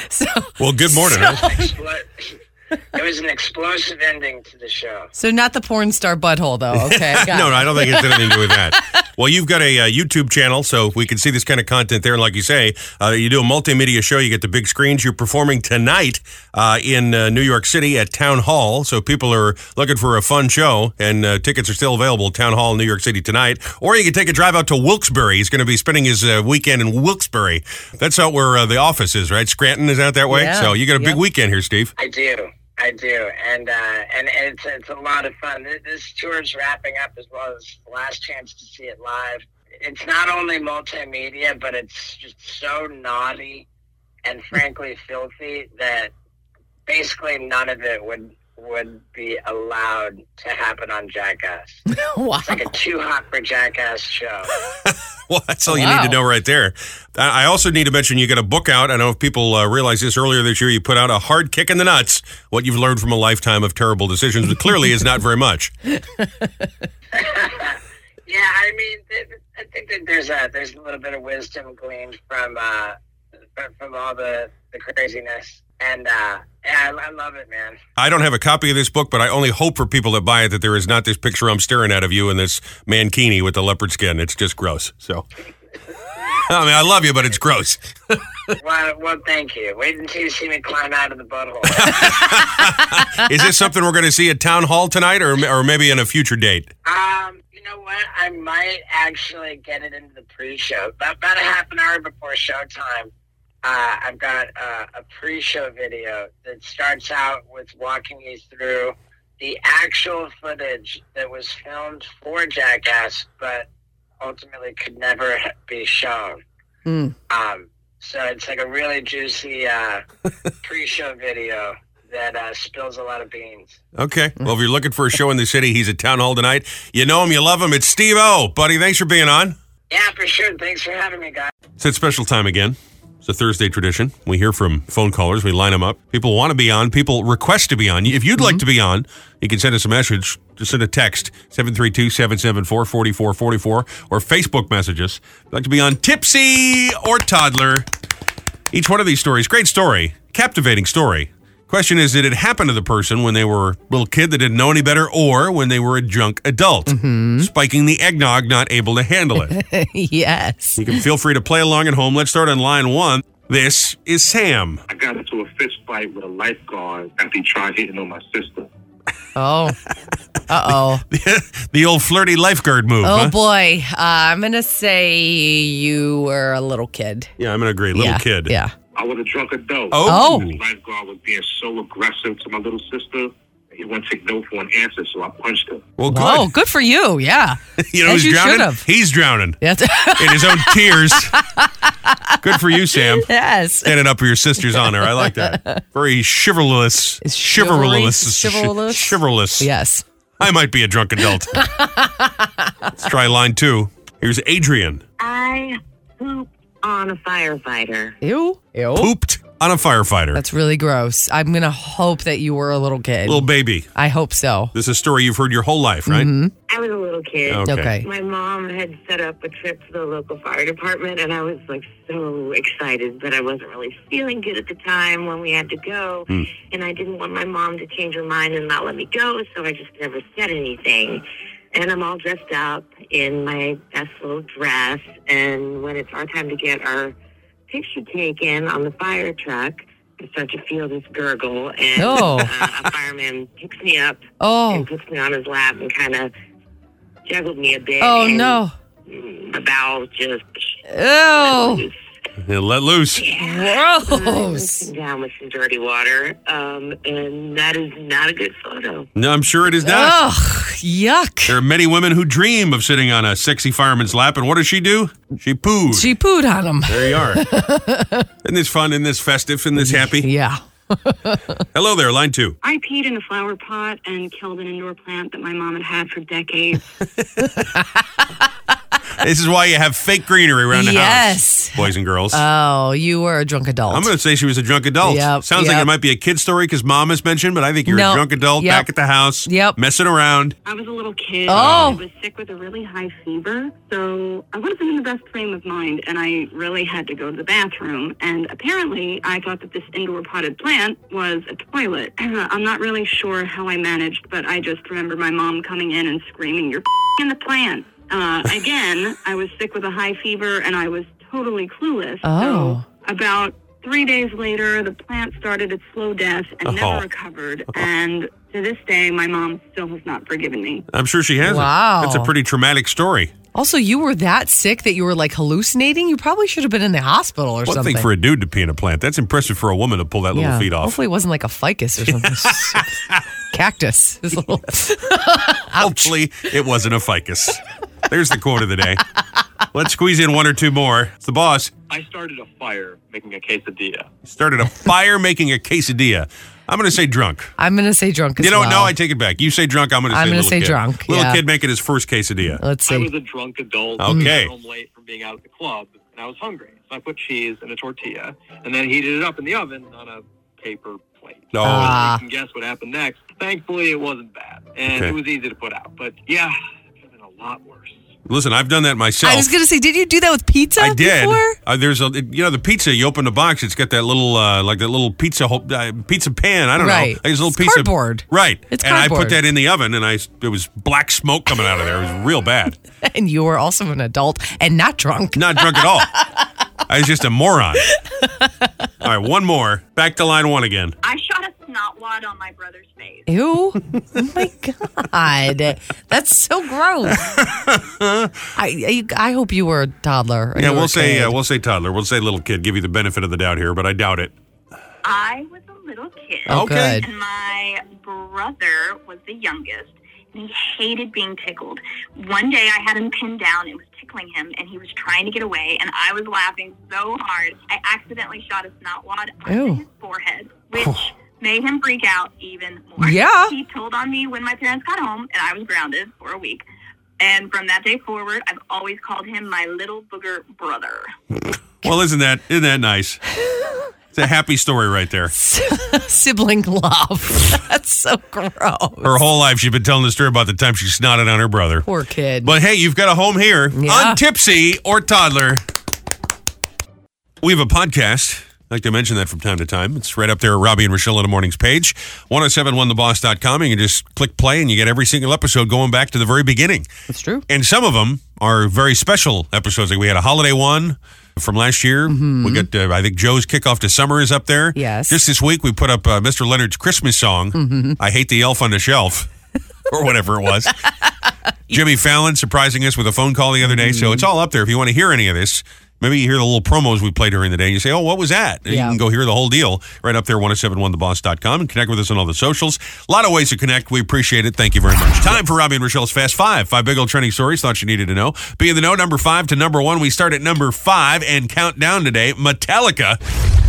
B: So,
A: well. Good morning. huh?
D: Explo- it was an explosive ending to the show.
B: so not the porn star butthole, though. Okay. got
A: no,
B: it.
A: no, I don't think it's anything to do with that. Well, you've got a uh, YouTube channel, so we can see this kind of content there. And like you say, uh, you do a multimedia show, you get the big screens. You're performing tonight uh, in uh, New York City at Town Hall. So people are looking for a fun show, and uh, tickets are still available. Town Hall in New York City tonight. Or you can take a drive out to Wilkes-Barre. He's going to be spending his uh, weekend in Wilkes-Barre. That's out where uh, the office is, right? Scranton is out that way.
B: Yeah.
A: So you got a big
B: Yep.
A: weekend here, Steve.
D: I do, I do, and uh, and and it's it's a lot of fun. Th- This tour's wrapping up as well as the last chance to see it live. It's not only multimedia, but it's just so naughty and frankly filthy that basically none of it would would be allowed to happen on Jackass. It's
B: Wow.
D: like a too hot for Jackass show.
A: Well, that's all you
B: Wow.
A: need to know right there. I I also need to mention you got a book out. I don't know if people uh, realize this earlier this year. You put out a hard kick in the nuts. What you've learned from a lifetime of terrible decisions, but clearly is not very much.
D: Yeah, I mean, th- th- I think that there's a there's a little bit of wisdom gleaned from uh, fr- from all the, the craziness, and uh, yeah, I, I love it, man.
A: I don't have a copy of this book, but I only hope for people that buy it that there is not this picture I'm staring at of you in this mankini with the leopard skin. It's just gross. So, I mean, I love you, but it's gross.
D: well, well, thank you. Wait until you see me climb out of the butthole.
A: Is this something we're going to see at town hall tonight, or or maybe in a future date?
D: um, you know what? I might actually get it into the pre-show. About, about a half an hour before showtime, uh, I've got uh, a pre-show video that starts out with walking you through the actual footage that was filmed for Jackass, but ultimately could never be shown.
B: Hmm.
D: Um, so it's like a really juicy uh, pre-show video that uh, spills a lot of beans.
A: Okay. Well, if you're looking for a show in the city, he's at Town Hall tonight. You know him, you love him. It's Steve O. Buddy, thanks for being on.
D: Yeah, for sure. Thanks for having me, guys.
A: It's that special time again. It's a Thursday tradition. We hear from phone callers. We line them up. People want to be on. People request to be on. If you'd like to be on, you can send us a message. Just send a text, 732-774-4444, or Facebook messages. If you'd like to be on Tipsy or Toddler. Each one of these stories, great story, captivating story. Question is, did it happen to the person when they were a little kid that didn't know any better or when they were a drunk adult? Spiking the eggnog, not able to handle it.
B: yes.
A: You can feel free to play along at home. Let's start on line one. This is Sam.
E: I got into a fist fight with a lifeguard after he tried hitting on my sister.
B: Oh. Uh oh.
A: the old flirty lifeguard move.
B: Oh
A: huh?
B: boy. Uh, I'm gonna say you were a little kid.
A: Yeah, I'm gonna agree. Little
B: yeah.
A: kid.
B: Yeah.
E: I was a drunk adult.
A: Oh.
E: The lifeguard was being so aggressive to my little sister. He wouldn't take no for an answer, so I punched him.
A: Well, good.
B: Oh, good for you. Yeah.
A: you know
B: As
A: who's
B: you should
A: drowning?
B: have.
A: He's drowning
B: Yes.
A: in his own tears. Good for you, Sam.
B: yes.
A: Standing up for your sister's honor. I like that. Very chivalrous.
B: It's
A: chivalrous.
B: chivalry- chivalrous?
A: Chi- Chivalrous.
B: Yes.
A: I might be a drunk adult. Let's try line two. Here's Adrian.
F: I pooped on a firefighter.
B: Ew. Ew.
A: Pooped on a firefighter.
B: That's really gross. I'm gonna hope that you were a little kid.
A: little baby.
B: I hope so.
A: This is a story you've heard your whole life, right?
F: I was a little kid.
A: Okay.
B: Mm-hmm. Okay.
F: My mom had set up a trip to the local fire department, and I was like so excited, but I wasn't really feeling good at the time when we had to go. And I didn't want my mom to change her mind and not let me go, so I just never said anything. And I'm all dressed up in my best little dress. And when it's our time to get our picture taken on the fire truck, I start to feel this gurgle, and
B: Oh.
F: uh, a fireman picks me up
B: Oh.
F: and puts me on his lap and kind of juggled me a bit.
B: Oh
F: and
B: no.
F: The bowel just
B: Ew.
A: Yeah, let loose.
B: Gross.
F: down with some dirty water, um, and that is not a good photo.
A: No, I'm sure it is not.
B: Ugh. Yuck.
A: There are many women who dream of sitting on a sexy fireman's lap, and what does she do? She poos.
B: She pooed on him.
A: there you are. isn't this fun? Isn't this festive? Isn't this happy?
B: Yeah.
A: Hello there, line two.
G: I peed in a flower pot and killed an indoor plant that my mom had had for decades.
A: This is why you have fake greenery around the
B: Yes.
A: house, boys and girls.
B: Oh, you were a drunk adult.
A: I'm going to say she was a drunk adult.
B: Yep,
A: Sounds like it
B: yep.
A: might be a kid story because mom is mentioned, but I think you're a
B: No,
A: drunk adult
B: yep.
A: back at the house,
B: Yep.
A: messing around.
G: I was a little kid.
B: Oh.
G: I was sick with a really high fever, so I wasn't in the best frame of mind, and I really had to go to the bathroom. And apparently, I thought that this indoor potted plant was a toilet. I'm not really sure how I managed, but I just remember my mom coming in and screaming, "You're in the plant!" Uh, again, I was sick with a high fever, and I was totally clueless.
B: Oh.
G: So about three days later, the plant started its slow death and
A: Oh.
G: never recovered. And to this day, my mom still has not forgiven me.
A: I'm sure she has.
B: Wow.
A: That's a pretty traumatic story.
B: Also, you were that sick that you were like hallucinating. You probably should have been in the hospital or
A: One
B: something.
A: thing for a dude to pee in a plant. That's impressive for a woman to pull that little feet off.
B: Hopefully, it wasn't like a ficus or something. Cactus. This little-
A: Hopefully, it wasn't a ficus. There's the quote of the day. Let's squeeze in one or two more. It's the boss.
E: I started a fire making a quesadilla.
A: Started a fire making a quesadilla. I'm going to say drunk.
B: I'm gonna say drunk. As
A: You know, what?
B: well.
A: no, I take it back. You say drunk. I'm going to say
B: I'm gonna
A: little
B: say
A: kid.
B: drunk,
A: Little
B: yeah.
A: kid making his first quesadilla.
B: Let's
E: I
B: see.
E: was a drunk adult.
A: Okay.
E: I was home late from being out at the club, and I was hungry. So I put cheese in a tortilla and then heated it up in the oven on a paper plate.
A: No.
B: Ah.
E: You can guess what happened next. Thankfully, it wasn't bad, and
A: Okay.
E: it was easy to put out. But yeah, it could have been a lot worse.
A: Listen, I've done that myself.
B: I was gonna say, did you do that with pizza?
A: I did.
B: Before?
A: Uh, there's a you know the pizza. You open the box, it's got that little uh, like that little pizza ho- uh, pizza pan. I don't
B: Right.
A: know. Like this little
B: It's
A: piece
B: cardboard.
A: Of, right.
B: It's
A: and I put
B: cardboard.
A: that in the oven, and I it was black smoke coming out of there. It was real bad.
B: And you were also an adult and not drunk.
A: Not drunk at all. I was just a moron. All right, one more. Back to line one again.
G: I shot a snot
H: blood on my brother's face.
B: Ew. oh my God. That's so gross. I, I I hope you were a toddler. or
A: Yeah,
B: you were
A: we'll
B: a
A: say
B: kid.
A: uh, we'll say toddler. We'll say little kid. Give you the benefit of the doubt here, but I doubt it.
H: I was a little kid.
B: oh,
A: okay.
B: good.
H: And my brother was the youngest, and he hated being tickled. One day I had him pinned down and was tickling him, and he was trying to get away, and I was laughing so hard. I accidentally shot a snot wad
B: Ew.
H: on his forehead, which made him freak out even more.
B: Yeah.
H: He told on me when my parents got home, and I was grounded for a week. And from that day forward, I've always called him my little booger brother.
A: Well, isn't that isn't that nice? It's a happy story right there.
B: Sibling love. That's so gross.
A: Her whole life she's been telling the story about the time she snotted on her brother.
B: Poor kid.
A: But hey, you've got a home here
B: Yeah.
A: on Tipsy or Toddler. We have a podcast. I like to mention that from time to time. It's right up there at Robbie and Rochelle in the morning's page. 1071theboss.com. You can just click play and you get every single episode going back to the very beginning.
B: That's true.
A: And some of them are very special episodes. Like we had a holiday one from last year. We got, uh, I think, Joe's kickoff to summer is up there.
B: Mm-hmm. Yes. Mm-hmm.
A: Just this week, we put up uh, Mr. Leonard's Christmas song, I Hate the Elf on the Shelf, or whatever it was. Jimmy Fallon surprising us with a phone call the other day.
B: Mm-hmm.
A: So it's all up there. If you want to hear any of this, maybe you hear the little promos we play during the day and you say, oh, what was that? And
B: Yeah.
A: You can go hear the whole deal right up there, 1071theboss.com and connect with us on all the socials. A lot of ways to connect. We appreciate it. Thank you very much. Time for Robbie and Rochelle's Fast Five. Five big old trending stories. Thought you needed to know. Be in the know, number five to number one. We start at number five and count down today. Metallica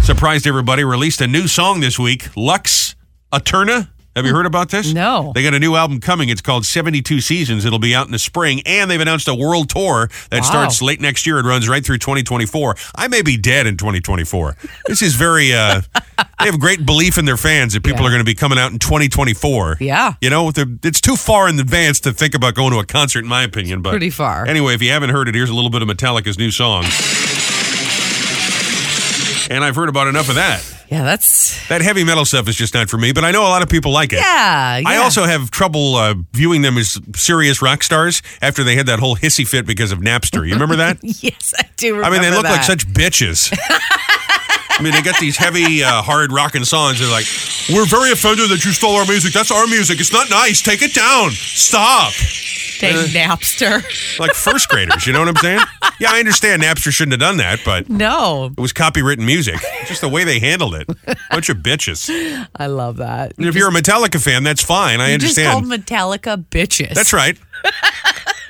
A: surprised everybody, released a new song this week, Lux Eterna. Have you heard about this?
B: No.
A: They got a new album coming. It's called 72 Seasons. It'll be out in the spring. And they've announced a world tour that
B: Wow.
A: starts late next year and runs right through 2024. I may be dead in 2024. This is very, uh, they have great belief in their fans that people
B: Yeah.
A: are going to be coming out in 2024.
B: Yeah.
A: You know, they're- it's too far in advance to think about going to a concert, in my opinion. But
B: Pretty far.
A: Anyway, if you haven't heard it, here's a little bit of Metallica's new song. And I've heard about enough of that.
B: Yeah, that's.
A: That heavy metal stuff is just not for me, but I know a lot of people like it.
B: Yeah.
A: I
B: yeah.
A: also have trouble uh, viewing them as serious rock stars after they had that whole hissy fit because of Napster. You remember that?
B: Yes, I do
A: I
B: remember.
A: mean, they look like
B: that.
A: such bitches. I mean, they got these heavy, uh, hard rocking songs. They're like, "We're very offended that you stole our music. That's our music. It's not nice. Take it down. Stop."
B: Dang Napster.
A: Like first graders. You know what I'm saying? Yeah, I understand Napster shouldn't have done that, but
B: No,
A: it was copywritten music. Just the way they handled it. Bunch of bitches.
B: I love that.
A: And if you're a Metallica fan, that's fine. I
B: You just
A: understand.
B: called Metallica bitches.
A: That's right.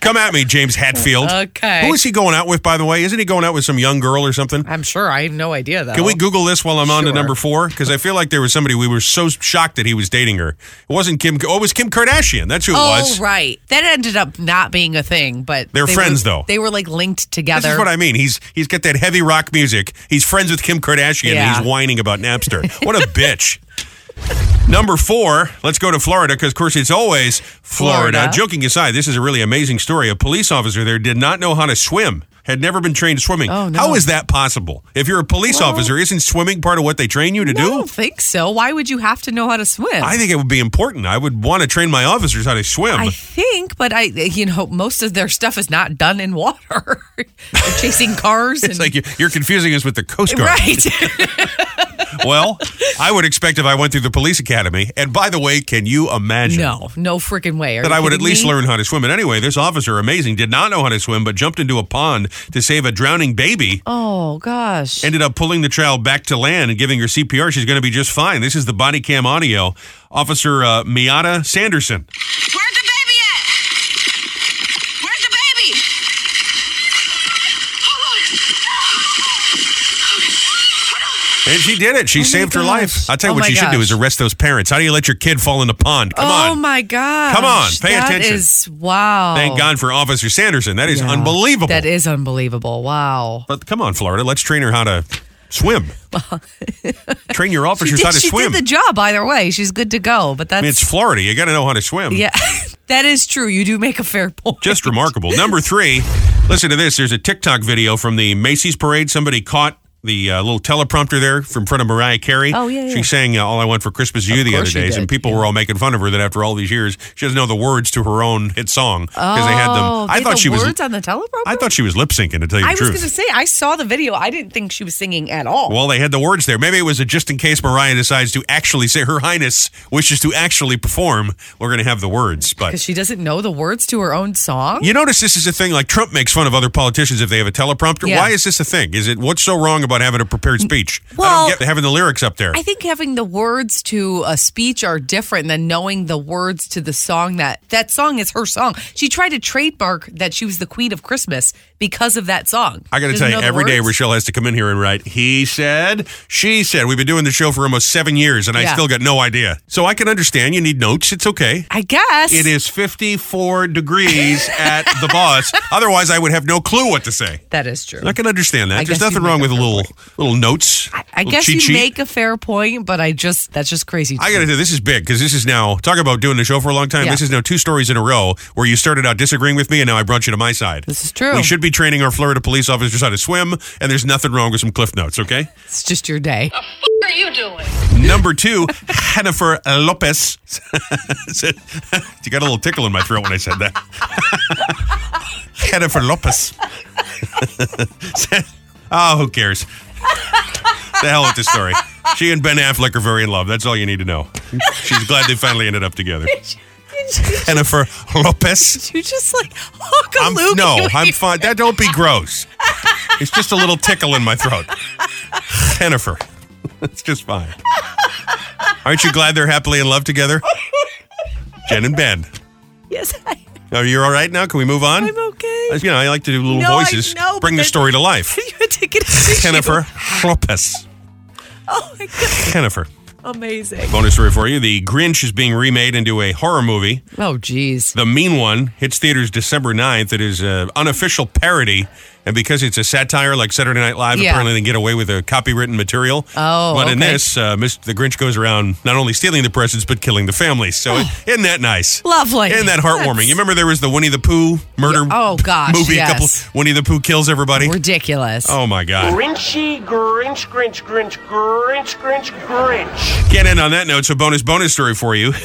A: Come at me, James Hatfield.
B: Okay.
A: Who is he going out with, by the way? Isn't he going out with some young girl or something?
B: I'm sure. I had no idea though.
A: Can we Google this while I'm on to
B: Sure.
A: number four? Because I feel like there was somebody we were so shocked that he was dating her. It wasn't Kim. Oh, it was Kim Kardashian. That's who it
B: Oh
A: was.
B: right, that ended up not being a thing. But
A: They're
B: they
A: friends,
B: were-
A: though.
B: They were like linked
A: This
B: together.
A: is what I mean. He's he's got that heavy rock music. He's friends with Kim Kardashian. And
B: Yeah.
A: he's whining about Napster. What a bitch. Number four, let's go to Florida because, of course, it's always Florida.
B: Florida.
A: Joking aside, this is a really amazing story. A police officer there did not know how to swim, had never been trained swimming.
B: Oh, no.
A: How is that possible? If you're a police officer, isn't swimming part of what they train you to
B: I
A: do?
B: don't think so. Why would you have to know how to swim?
A: I think it would be important. I would want to train my officers how to swim.
B: I think, but I, you know, most of their stuff is not done in water. They're chasing cars.
A: it's
B: and,
A: like you- you're confusing us with the Coast Guard.
B: right.
A: Well, I would expect if I went through the police academy. And by the way, can you imagine?
B: no, no freaking way. Are
A: That
B: you
A: I would at
B: kidding
A: least
B: me?
A: learn how to swim. And anyway, this officer, amazing, did not know how to swim, but jumped into a pond to save a drowning baby.
B: Oh gosh.
A: Ended up pulling the child back to land and giving her CPR. She's going to be just fine. This is the body cam audio. Officer uh, Miata Sanderson.
H: Where's the baby at? Where's the baby?
A: And she did it. She
B: Oh my
A: saved her
B: gosh.
A: life. I'll tell you
B: Oh
A: what
B: my
A: you should do
B: gosh.
A: is arrest those parents. How do you let your kid fall in the pond? Come
B: oh
A: on.
B: my gosh.
A: Come on, pay
B: That
A: attention.
B: is- wow.
A: Thank God for Officer Sanderson. That is
B: Yeah.
A: unbelievable.
B: That is unbelievable. Wow.
A: But come on, Florida, let's train her how to swim. train your
B: She,
A: officers how
B: did,
A: to
B: she
A: swim.
B: did the job either way. She's good to go. But that's
A: I mean, it's Florida. You got to know how to swim.
B: yeah, that is true. You do make a fair point.
A: Just remarkable. Number three, listen to this. There's a TikTok video from the Macy's parade. Somebody caught the uh, little teleprompter there from front of Mariah Carey.
B: Oh, yeah, yeah.
A: She sang uh, "All I Want for Christmas Is You" the other
B: course she
A: days, and
B: did,
A: people were all making fun of her that after all these years, she doesn't know the words to her own hit song because they had them.
B: Oh,
A: I
B: they
A: thought
B: had
A: she
B: the
A: was.
B: words on the teleprompter.
A: I thought she was lip syncing to tell you
B: I
A: the
B: was
A: truth.
B: going to say I saw the video. I didn't think she was singing at all.
A: Well, they had the words there. Maybe it was a just in case Mariah decides to actually say her highness wishes to actually perform. We're going to have the words, but
B: because she doesn't know the words to her own song.
A: you notice this is a thing. Like Trump makes fun of other politicians if they have a teleprompter.
B: Yeah.
A: Why is this a thing? Is it what's so wrong about having a prepared speech? I
B: well-
A: don't get having the lyrics up there.
B: I think having the words to a speech are different than knowing the words to the song that that song is her song. She tried to trademark that she was the queen of Christmas because of that song.
A: I got to
B: Doesn't
A: tell
B: know
A: you,
B: the
A: every day
B: words.
A: Rochelle has to come in here and write, he said, she said. We've been doing the show for almost seven years, and I
B: Yeah.
A: still got no idea. So I can understand you need notes. It's okay.
B: I guess
A: It is 54 degrees at the boss. Otherwise, I would have no clue what to say.
B: That is true.
A: I can understand that.
B: I
A: There's
B: guess
A: nothing
B: you
A: wrong
B: make
A: with
B: a
A: a
B: fair
A: little little notes.
B: I
A: little
B: guess
A: cheat
B: you
A: sheet.
B: make a fair point, but I just that's just crazy. to
A: I
B: me.
A: got to do this is big because this is now talk about doing the show for a long time.
B: Yeah.
A: This is now two stories in a row where you started out disagreeing with me and now I brought you to my side.
B: This is true.
A: We should be training our Florida police officers how to swim, and there's nothing wrong with some cliff notes. Okay.
B: it's just your day.
I: What are you doing?
A: Number two, Jennifer Lopez. said- you got a little tickle in my throat when I said that. Jennifer Lopez. Said- oh, who cares? the hell with this story. She and Ben Affleck are very in love. That's all you need to know. She's glad they finally ended up together. Jennifer Lopez.
B: You just like
A: I'm,
B: Hawkaloo.
A: no, I'm fine. That don't be gross. It's just a little tickle in my throat. Jennifer, it's just fine. Aren't you glad they're happily in love together? Jen and Ben.
B: Yes, I,
A: Are you all right now? Can we move on?
B: I'm okay.
A: You know, I like to do little
B: No, I
A: voices.
B: know, but
A: bring the
B: that-
A: story to life.
B: you had to get a tissue.
A: Jennifer Lopez.
B: Oh my god,
A: Jennifer.
B: amazing.
A: Bonus story for you. The Grinch is being remade into a horror movie.
B: Oh jeez.
A: The Mean One hits theaters December 9th. It is an unofficial parody. And because it's a satire like Saturday Night Live,
B: Yeah.
A: apparently they get away with a copywritten material.
B: Oh,
A: But in
B: okay.
A: this, uh, Mr. the Grinch goes around not only stealing the presents, but killing the families.
B: Oh.
A: So isn't that nice?
B: Lovely.
A: Isn't that heartwarming? You remember there was the Winnie the Pooh murder
B: Yeah. Oh, gosh,
A: movie?
B: yes.
A: A couple Winnie the Pooh kills everybody.
B: Ridiculous.
A: oh, my God.
J: Grinchy, Grinch, Grinch, Grinch, Grinch, Grinch, Grinch.
A: Can't end on that note. So, bonus bonus story for you.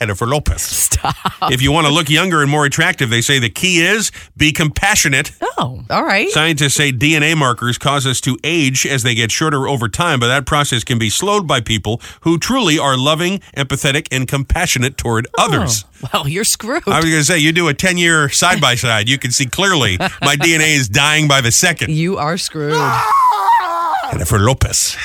A: Jennifer Lopez. Stop. If you want to look younger and more attractive, they say the key is be compassionate.
B: Oh, all right.
A: Scientists say DNA markers cause us to age as they get shorter over time, but that process can be slowed by people who truly are loving, empathetic, and compassionate toward others.
B: Oh, well, you're screwed.
A: I was going to say, you do a 10 year side by side, you can see clearly my DNA is dying by the second.
B: you are screwed.
A: Jennifer Lopez.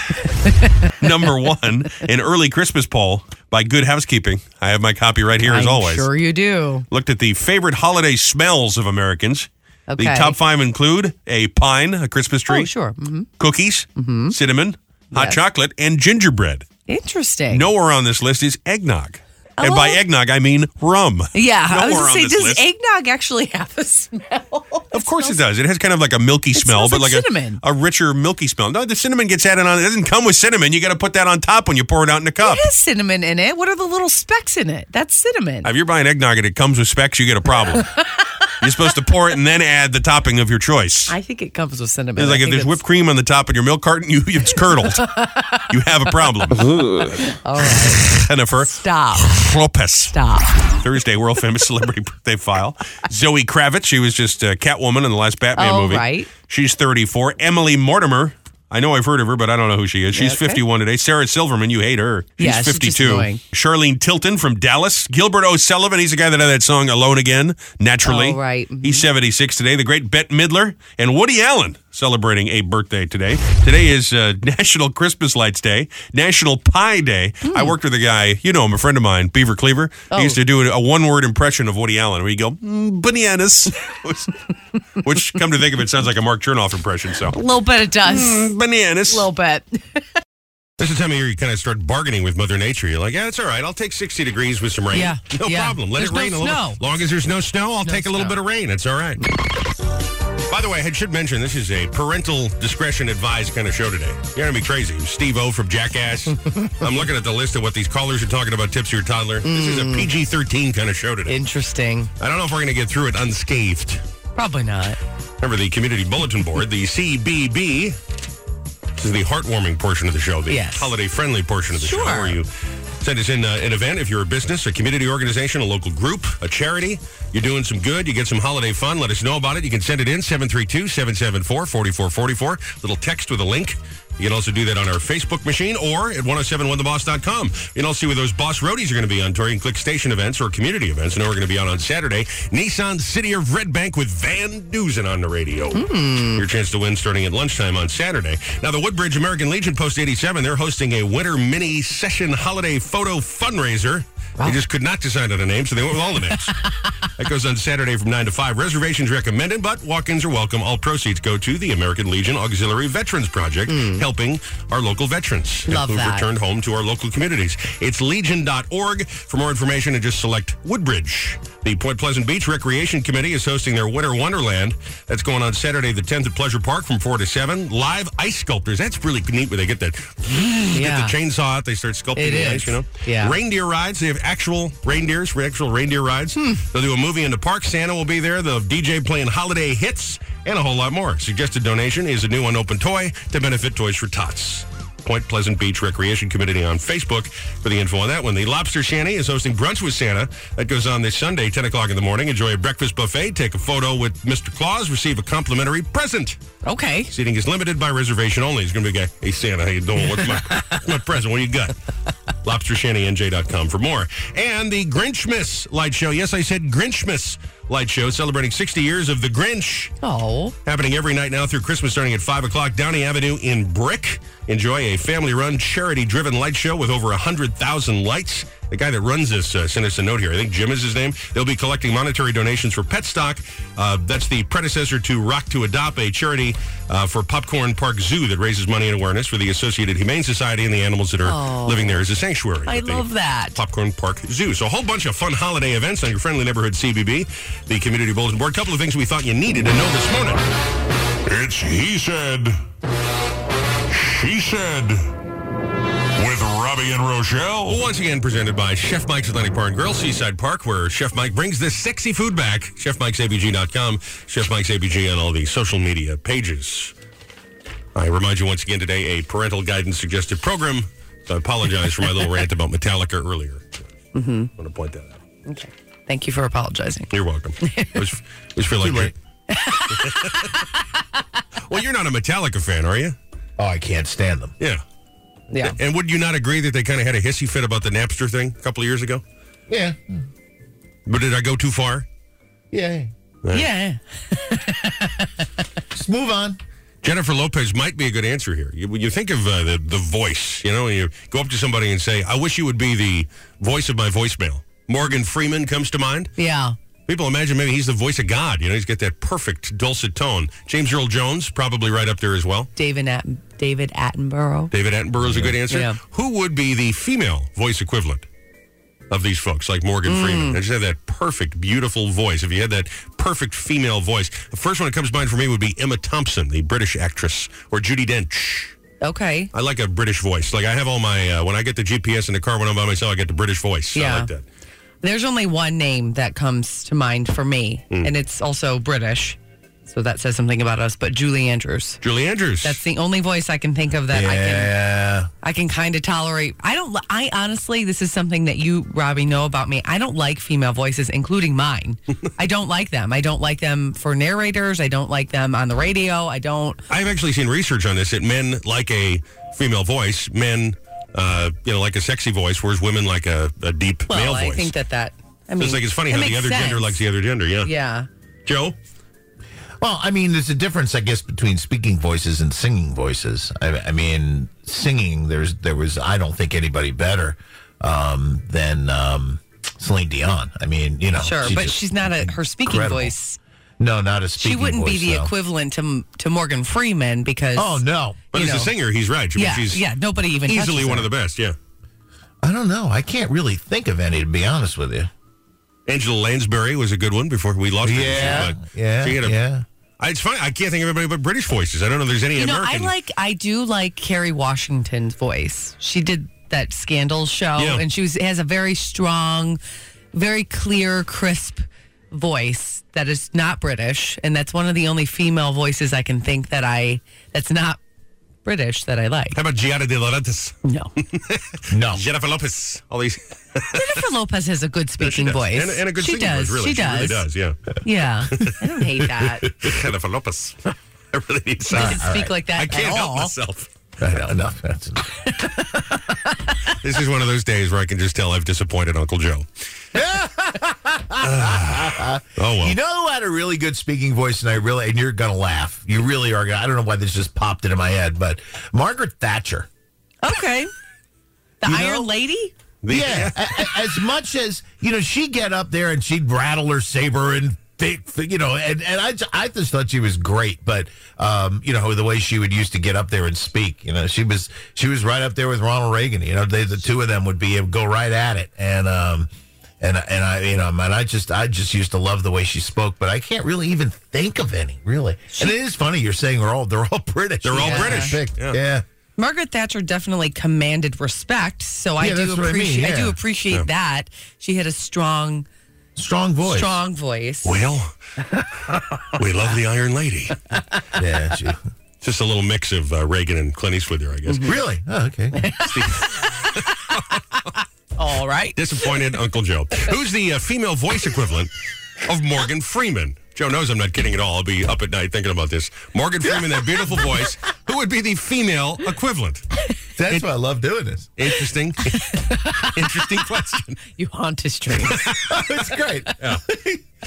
A: Number one, an early Christmas poll by Good Housekeeping. I have my copy right here as
B: I'm
A: always.
B: sure you do.
A: Looked at the favorite holiday smells of Americans. The
B: Okay.
A: top five include a pine, a Christmas tree,
B: Oh, sure. hmm
A: cookies, cinnamon, hot
B: Mm-hmm. Yes.
A: chocolate, and gingerbread.
B: Interesting.
A: Nowhere on this list is eggnog. And by
B: Oh.
A: eggnog, I mean rum.
B: Yeah, I
A: Nowhere
B: was gonna
A: on
B: say,
A: this
B: does
A: list.
B: eggnog actually have a smell?
A: Of course it does. It has kind of like a milky smell,
B: smells
A: but like,
B: like
A: a-
B: cinnamon.
A: A, richer milky smell. No, the cinnamon gets added on. It doesn't come with cinnamon. You got to put that on top when you pour it out in a cup.
B: It has cinnamon in it. What are the little specks in it? That's cinnamon.
A: If you're buying eggnog and it comes with specs, you get a problem. you're supposed to pour it and then add the topping of your choice.
B: I think it comes with cinnamon.
A: It's
B: I
A: like if
B: think
A: there's
B: it's-
A: whipped cream on the top of your milk carton, you it's curdled. you have a problem.
B: All right.
A: Jennifer
B: Stop.
A: Lopez.
B: Stop.
A: Thursday, world famous celebrity birthday file. Zoe Kravitz, she was just uh, Catwoman in the last Batman
B: Oh,
A: movie.
B: right.
A: She's 34. Emily Mortimer, I know I've heard of her, but I don't know who she is. She's
B: Okay.
A: 51 today. Sarah Silverman, you hate her. She's
B: Yeah, she's just
A: 52.
B: annoying.
A: Charlene Tilton from Dallas. Gilbert O'Sullivan, he's the guy that had that song Alone Again, naturally.
B: Oh, right.
A: He's 76 today. The great Bette Midler and Woody Allen celebrating a birthday today. Today is uh, National Christmas Lights Day, National Pie Day. I worked with a guy, you know him, a friend of mine, Beaver Cleaver. He used to do a one word impression of Woody Allen where you go, mm, bananas. Which, come to think of it, sounds like a Mark Chernoff impression. So,
B: A little bit it does.
A: Mm, bananas.
B: A little bit.
A: There's a time of year you kind of start bargaining with Mother Nature. You're like, yeah, it's all right. I'll take 60 degrees with some rain.
B: Yeah,
A: No
B: yeah.
A: problem. Let
B: There's
A: it
B: no
A: rain a little.
B: snow.
A: Long as there's no snow, I'll
B: No
A: take a little
B: snow.
A: bit of rain. It's all right. By the way, I should mention this is a parental discretion advised kind of show today. You're going to be crazy. Steve O from Jackass. I'm looking at the list of what these callers are talking about tips your toddler. This is
B: Mm.
A: a PG 13 kind of show today.
B: Interesting.
A: I don't know if we're going to get through it unscathed.
B: Probably not.
A: Remember the community bulletin board, the CBB This is the heartwarming portion of the show, the
B: Yes.
A: holiday friendly portion of the show,
B: Sure.
A: where you send us in uh, an event. If you're a business, a community organization, a local group, a charity, you're doing some good, you get some holiday fun, let us know about it. You can send it in 732 774 4444. Little text with a link. You can also do that on our Facebook machine or at 1071theboss.com. You can also see where those boss roadies are going to be on tour. You can click station events or community events. And we're going to be on on Saturday, Nissan City of Red Bank with Van Dusen on the radio. Your chance to win starting at lunchtime on Saturday. Now, the Woodbridge American Legion Post 87, they're hosting a winter mini session holiday photo fundraiser. They just could not decide on a name, so they went with all the names. that goes on Saturday from 9 to 5. Reservations recommended, but walk ins are welcome. All proceeds go to the American Legion Auxiliary Veterans Project, helping our local veterans
B: Hmm. Love
A: who've
B: that.
A: returned home to our local communities. It's legion.org. For more information, and just select Woodbridge. The Point Pleasant Beach Recreation Committee is hosting their Winter Wonderland. That's going on Saturday, the 10th at Pleasure Park from 4 to 7. Live ice sculptors. That's really neat where they get that
B: Yeah.
A: get the chainsaw out. They start sculpting
B: It
A: the
B: is.
A: ice, you know?
B: Yeah.
A: Reindeer rides. They have actual reindeers for actual reindeer rides. They'll do a movie in the park. Santa will be there. They'll have DJ playing holiday hits and a whole lot more. Suggested donation is a new unopened toy to benefit Toys for Tots. Point Pleasant Beach Recreation Committee on Facebook for the info on that one. The Lobster Shanty is hosting brunch with Santa. That goes on this Sunday, 10 o'clock in the morning. Enjoy a breakfast buffet, take a photo with Mr. Claus, receive a complimentary present.
B: Okay.
A: Seating is limited by reservation only. It's going to be a guy, hey, Santa, how you doing? What's my, what's my present? What do you got? LobsterShantyNJ.com for more. And the Grinchmas Light Show. Yes, I said Grinchmas Light Show, celebrating 60 years of the Grinch.
B: Oh,
A: Happening every night now through Christmas, starting at 5 o'clock, Downey Avenue in Brick. Enjoy a family run, charity driven light show with over 100,000 lights. The guy that runs this uh, sent us a note here. I think Jim is his name. They'll be collecting monetary donations for Pet Stock. Uh, that's the predecessor to Rock to Adopt, a charity uh, for Popcorn Park Zoo that raises money and awareness for the Associated Humane Society and the animals that are living there as a sanctuary.
B: I
A: But they-
B: love that.
A: Popcorn Park Zoo. So a whole bunch of fun holiday events on your friendly neighborhood CBB, the community bulletin board. A couple of things we thought you needed to know this morning.
I: It's He Said, She Said, with Robbie and Rochelle.
A: Once again, presented by Chef Mike's Atlantic Bar and Grill, Seaside Park, where Chef Mike brings this sexy food back. ChefMike'sABG.com, Chef Mike's ABG on all the social media pages. I remind you once again today, a parental guidance suggested program. So I apologize for my little rant about Metallica earlier. I want to point that out.
B: Thank you for apologizing.
A: You're welcome. I always, always feel like well, you're not a Metallica fan, are you?
C: Oh, I can't stand them.
A: Yeah.
B: Yeah.
A: And would you not agree that they kind of had a hissy fit about the Napster thing a couple of years ago?
C: Yeah.
A: But did I go too far?
C: Yeah.
B: Yeah.
C: Just move on.
A: Jennifer Lopez might be a good answer here. You, you think of uh, the the voice, you know, you go up to somebody and say, "I wish you would be the voice of my voicemail." Morgan Freeman comes to mind.
B: Yeah.
A: People imagine maybe he's the voice of God. You know, he's got that perfect dulcet tone. James Earl Jones probably right up there as well.
B: David At- David Attenborough.
A: David Attenborough's a good answer.
B: Yeah.
A: Who would be the female voice equivalent of these folks, like Morgan
B: Mm.
A: Freeman? They just have that perfect, beautiful voice. If you had that perfect female voice, the first one that comes to mind for me would be Emma Thompson, the British actress, or Judy Dench.
B: Okay.
A: I like a British voice. Like I have all my uh, when I get the GPS in the car when I'm by myself, I get the British voice. I
B: Yeah.
A: like that.
B: There's only one name that comes to mind for me, and it's also British. So that says something about us, but Julie Andrews.
A: Julie Andrews.
B: That's the only voice I can think of that I can
C: Yeah.
B: I can kind of tolerate. I don't. li- I honestly, this is something that you, Robbie, know about me. I don't like female voices, including mine. I don't like them. I don't like them for narrators. I don't like them on the radio. I don't.
A: I've actually seen research on this that men like a female voice, men uh, you know like a sexy voice, whereas women like a, a deep
B: Well,
A: male
B: I
A: voice.
B: think that that. I
A: So
B: mean,
A: it's like it's funny
B: it
A: how the
B: makes
A: other gender
B: sense.
A: likes the other gender. Yeah.
B: Yeah.
A: Joe.
C: Well, I mean, there's a difference, I guess, between speaking voices and singing voices. I, I mean, singing, there's there was, I don't think anybody better um, than um, Celine Dion. I mean, you know,
B: Sure,
C: she
B: but
C: just-
B: she's not a her speaking
C: incredible.
B: voice.
C: no, not a
B: She
C: speaking.
B: wouldn't be
C: voice,
B: the
C: no.
B: equivalent to to Morgan Freeman because
C: Oh no,
A: But
B: You
A: as a
B: know.
A: singer, he's right. I mean,
B: yeah
A: she's
B: yeah nobody even
A: easily
B: touches
A: one of
B: her.
A: the best. Yeah.
C: I don't know. I can't really think of any to be honest with you.
A: Angela Lansbury was a good one before we lost her. this year, but
C: yeah,
A: she had a-
C: yeah.
A: I- It's funny. I can't think of anybody but British voices. I don't know if there's any
B: You know,
A: American.
B: I like I do like Carrie Washington's voice. She did that Scandal show,
A: Yeah.
B: and she was has a very strong, very clear, crisp voice that is not British, and that's one of the only female voices I can think that I that's not British that I like.
A: How about Gianna De Laurentiis?
B: No.
C: No.
A: Jennifer Lopez. All these.
B: Jennifer Lopez has a good speaking
A: does.
B: voice.
A: And, and a good
B: she
A: singing
B: does.
A: voice, really.
B: She does.
A: really does, yeah.
B: Yeah. I don't hate that.
A: Jennifer Lopez. I really need to
B: She doesn't
A: All right.
B: speak like that
A: I
B: at
A: can't help
B: all.
A: myself.
C: enough. That's enough.
A: This is one of those days where I can just tell I've disappointed Uncle Joe. Oh, well.
C: You know who had a really good speaking voice, and I really, and you're gonna laugh. You really are. Gonna, I don't know why this just popped into my head, but Margaret Thatcher.
B: Okay. The
C: You
B: Iron
C: know?
B: Lady?
C: yeah, a- a- as much as you know, she'd get up there and she'd rattle her saber and think, you know, and and I, ju- I just thought she was great, but um, you know the way she would used to get up there and speak, you know, she was she was right up there with Ronald Reagan. You know, they, the two of them would be would go right at it, and um, and and I, you know, man, I just I just used to love the way she spoke, but I can't really even think of any really. and it is funny you're saying they're all they're all British.
A: They're all
C: Yeah.
A: British.
C: Picked.
A: Yeah.
C: Yeah.
B: Margaret Thatcher definitely commanded respect, so I do
C: Yeah, that's what I mean,
B: appreciate I, do
C: yeah.
B: appreciate that. She had a strong
C: strong voice.
B: strong voice.
A: Well, we love the Iron Lady.
C: Yeah, she,
A: Just a little mix of uh, Reagan and Clint Eastwood there, I guess.
C: really? Oh, okay.
B: All right.
A: Disappointed Uncle Joe. Who's the uh, female voice equivalent of Morgan Freeman? Joe knows I'm not kidding at all. I'll be up at night thinking about this. Morgan Freeman, that beautiful voice. Who would be the female equivalent?
C: That's why I love doing this.
A: Interesting. Interesting question.
B: You haunt his dreams
C: it's great.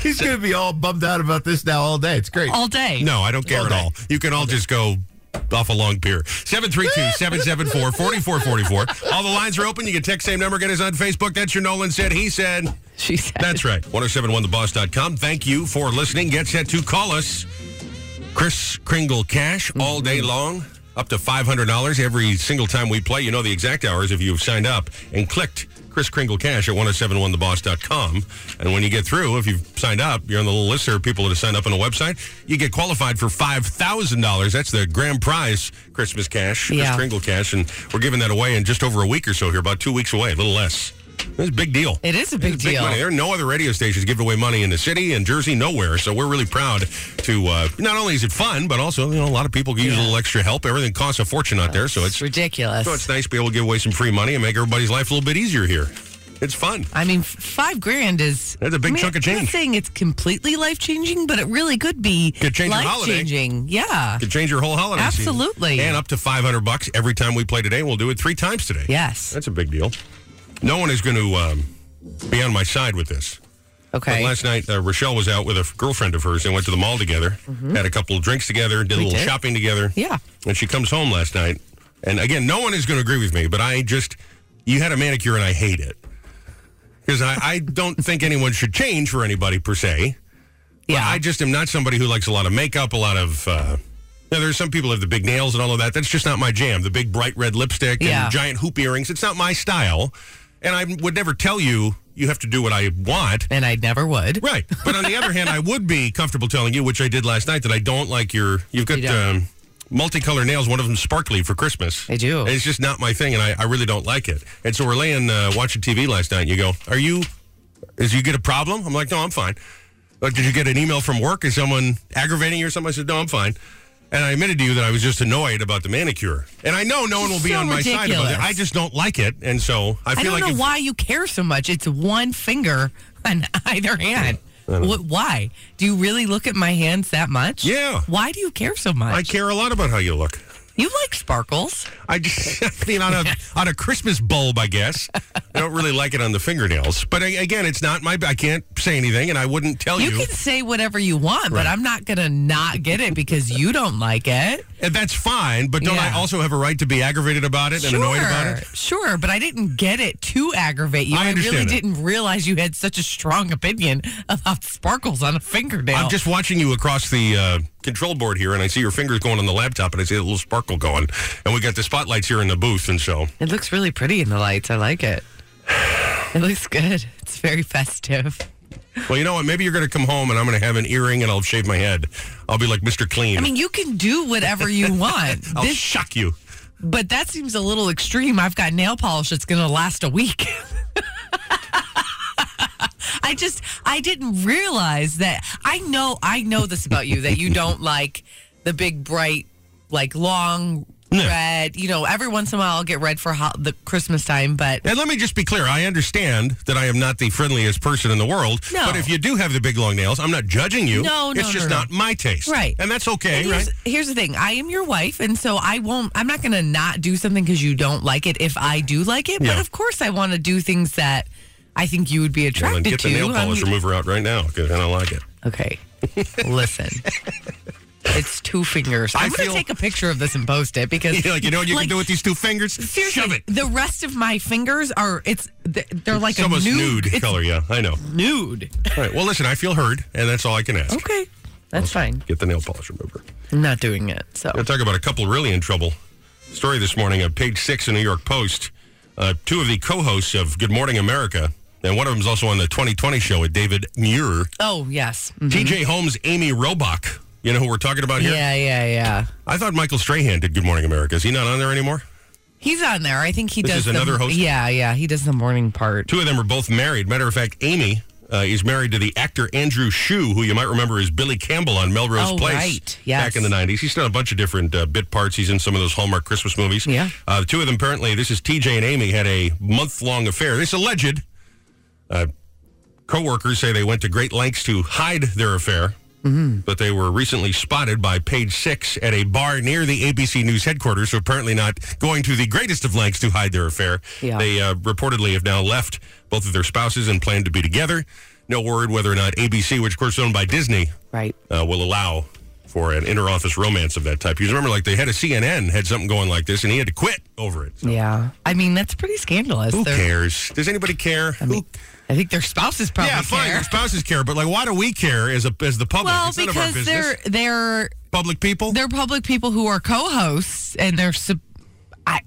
C: He's going to be all bummed out about this now all day. It's great.
B: all day.
A: No, I don't care
C: All
A: at
C: day.
A: all. You can all just go off a long pier. 732-774-4444. All the lines are open. You can text same number. Get us on Facebook. That's your Nolan said. He said.
B: She said.
A: That's right. 1071theboss.com. Thank you for listening. Get set to call us. Chris Kringle Cash all day
B: Mm-hmm.
A: long. Up to $500 every single time we play. You know the exact hours if you've signed up and clicked Chris Kringle Cash at 1071theboss.com. And when you get through, if you've signed up, you're on the little list there of people that have signed up on the website. You get qualified for $5,000. That's the grand prize Christmas cash, Chris
B: Yeah.
A: Kringle Cash. And we're giving that away in just over a week or so here, about two weeks away, a little less. It's a big deal.
B: It is a big
A: It's
B: deal.
A: money. There are no other radio stations giving away money in the city and Jersey, nowhere. So we're really proud to. Uh, not only is it fun, but also you know a lot of people use a little extra help. Everything costs a fortune out there, so it's
B: It's ridiculous.
A: so it's nice to be able to give away some free money and make everybody's life a little bit easier here. It's fun.
B: I mean, f- five grand is
A: That's a big
B: I mean,
A: chunk of
B: I'm
A: change.
B: not saying it's completely life changing, but it really could be
A: Could change your
B: life
A: holiday.
B: changing. Yeah.
A: Could change your whole holiday. season.
B: Absolutely.
A: and up to five hundred bucks every time we play today. We'll do it three times today.
B: Yes.
A: that's a big deal. No one is going to um, be on my side with this. But
B: Okay.
A: last night, uh, Rochelle was out with a f- girlfriend of hers. They went to the mall together, had a couple of drinks together, did a little
B: Mm-hmm. did.
A: shopping together.
B: Yeah.
A: And she comes home last night. And again, no one is going to agree with me, but I just, you had a manicure and I hate it. Because I, I don't think anyone should change for anybody per se.
B: yeah.
A: I just am not somebody who likes a lot of makeup, a lot of. Uh, now, there's some people who have the big nails and all of that. That's just not my jam. The big bright red lipstick
B: Yeah.
A: and giant hoop earrings. It's not my style. And I would never tell you, you have to do what I want.
B: and I never would.
A: Right. But on the other hand, I would be comfortable telling you, which I did last night, that I don't like your. You've got
B: You don't.
A: um, multicolor nails, one of them sparkly for Christmas.
B: I do.
A: And it's just not my thing, and I, I really don't like it. And so we're laying, uh, watching TV last night, and you go, Are you. Is you get a problem? I'm like, No, I'm fine. Like, did you get an email from work? Is someone aggravating you or something? I said, No, I'm fine. And I admitted to you that I was just annoyed about the manicure. And I know no one will be
B: so
A: on my side about it.
B: ridiculous.
A: I just don't like it. And so I
B: I
A: feel
B: don't
A: like
B: know
A: if-
B: why you care so much. It's one finger on either hand. What, why? Do you really look at my hands that much?
A: Yeah.
B: Why do you care so much?
A: I care a lot about how you look.
B: you like sparkles.
A: I just, I mean, on a on a Christmas bulb, I guess. I don't really like it on the fingernails, but I, again, it's not my. I can't say anything, and I wouldn't tell
B: You
A: you.
B: can say whatever you want, but I'm not going to not get it because you don't like it.
A: and that's fine, but don't I
B: Yeah.
A: also have a right to be aggravated about it and annoyed about it?
B: Sure, but I didn't get it to aggravate you.
A: I
B: really
A: understand that.
B: didn't realize you had such a strong opinion about sparkles on a fingernail.
A: I'm just watching you across the uh, control board here, and I see your fingers going on the laptop, and I see a little sparkle going, and we got the spotlights here in the booth, and so
B: it looks really pretty in the lights. I like it. It looks good. It's very festive.
A: well, you know what? Maybe you're going to come home, and I'm going to have an earring, and I'll shave my head. I'll be like Mr. Clean.
B: I mean, you can do whatever you want.
A: I'll
B: This-
A: shock you.
B: but that seems a little extreme. I've got nail polish that's going to last a week. I just I didn't realize that. I know I know this about you that you don't like the big bright like long red. You know, every once in a while I'll get red for ho- the Christmas time, but
A: And let me just be clear. I understand that I am not the friendliest person in the world.
B: No.
A: But if you do have the big long nails, I'm not judging you.
B: No, no,
A: It's
B: no,
A: just
B: no.
A: not my taste.
B: Right.
A: And that's okay,
B: And
A: right?
B: here's, here's the thing. I am your wife, and so I won't. I'm not going to not do something because you don't like it. If I do like it, but
A: Yeah.
B: of course I want to do things that I think you would be
A: Well, then
B: attracted
A: get
B: to.
A: the nail
B: I
A: polish
B: mean-
A: remover out right now because I don't like it.
B: Okay. Listen. It's two fingers. I'm going to take a picture of this and post it because
A: You're like, you know what you
B: like,
A: can do with these two fingers?
B: Seriously,
A: Shove it.
B: the rest of my fingers are it's th- they're like
A: it's
B: a
A: almost
B: nude.
A: nude,
B: It's-
A: color. Yeah, I know.
B: Nude.
A: All right. Well, listen, I feel heard, and that's all I can ask.
B: Okay, that's fine.
A: Get the nail polish remover.
B: I'm not doing it. So
A: We'll talk about a couple really in trouble. Story this morning on page six of New York Post. Uh, two of the co-hosts of Good Morning America, and one of them's also on the 2020 show with David Muir.
B: Oh yes. Mhm.
A: TJ Holmes, Amy Robach. You know who we're talking about here?
B: Yeah, yeah, yeah.
A: I thought Michael Strahan did Good Morning America. Is he not on there anymore?
B: He's on there. I think he
A: This
B: does
A: is
B: the-
A: another host?
B: Yeah, yeah. He does the morning part.
A: Two of them are both married. Matter of fact, Amy uh, is married to the actor Andrew Shue, who you might remember as Billy Campbell on Melrose
B: Oh,
A: Place
B: right. Yes.
A: back in the 90s. He's done a bunch of different uh, bit parts. He's in some of those Hallmark Christmas movies.
B: Yeah.
A: Uh, the two of them, apparently, this is TJ and Amy, had a month long affair. This alleged. Uh, co-workers say they went to great lengths to hide their affair. But they were recently spotted by page six at a bar near the ABC News headquarters, so apparently not going to the greatest of lengths to hide their affair.
K: Yeah.
A: They uh, reportedly have now left both of their spouses and plan to be together. No word whether or not ABC, which of course is owned by Disney,
B: right,
A: uh, will allow for an inter-office romance of that type. You remember, like they had a CNN had something going like this, and he had to quit over it.
B: Yeah. I mean, that's pretty scandalous.
A: Who
B: They're-
A: cares? Does anybody care? Who
B: I think their spouses probably
A: yeah, fine.
B: care.
A: Your spouses care, but like, why do we care as a as the public?
B: Well,
A: it's none of our
B: because
A: business.
B: they're they're
A: public people.
B: They're public people who are co-hosts, and they're sub- I,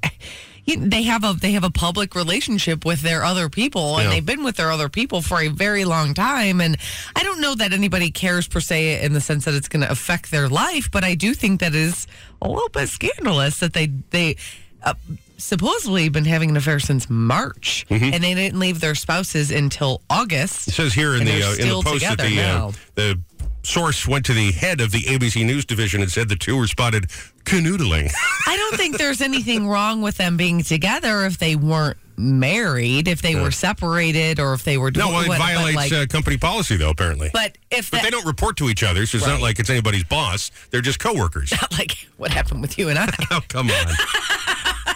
B: you- they have a they have a public relationship with their other people, and
A: Yeah.
B: they've been with their other people for a very long time. And I don't know that anybody cares per se in the sense that it's going to affect their life, but I do think that is a little bit scandalous that they they. Uh, supposedly been having an affair since march
A: Mm-hmm.
B: and they didn't leave their spouses until august
A: It says here in
B: and
A: the
B: they're
A: uh, in the
B: still
A: post that
B: together
A: the uh,
B: now.
A: the source went to the head of the ABC News division and said the two were spotted canoodling.
B: I don't think there's anything wrong with them being together if they weren't married, if they were separated, or if they were
A: no, well, it
B: what- but,
A: violates
B: like-
A: uh, company policy though, apparently.
B: But if
A: But
B: that,
A: they don't report to each other, so it's not
B: Right.
A: like it's anybody's boss. They're just coworkers.
B: like what happened with you and I.
A: oh, come on.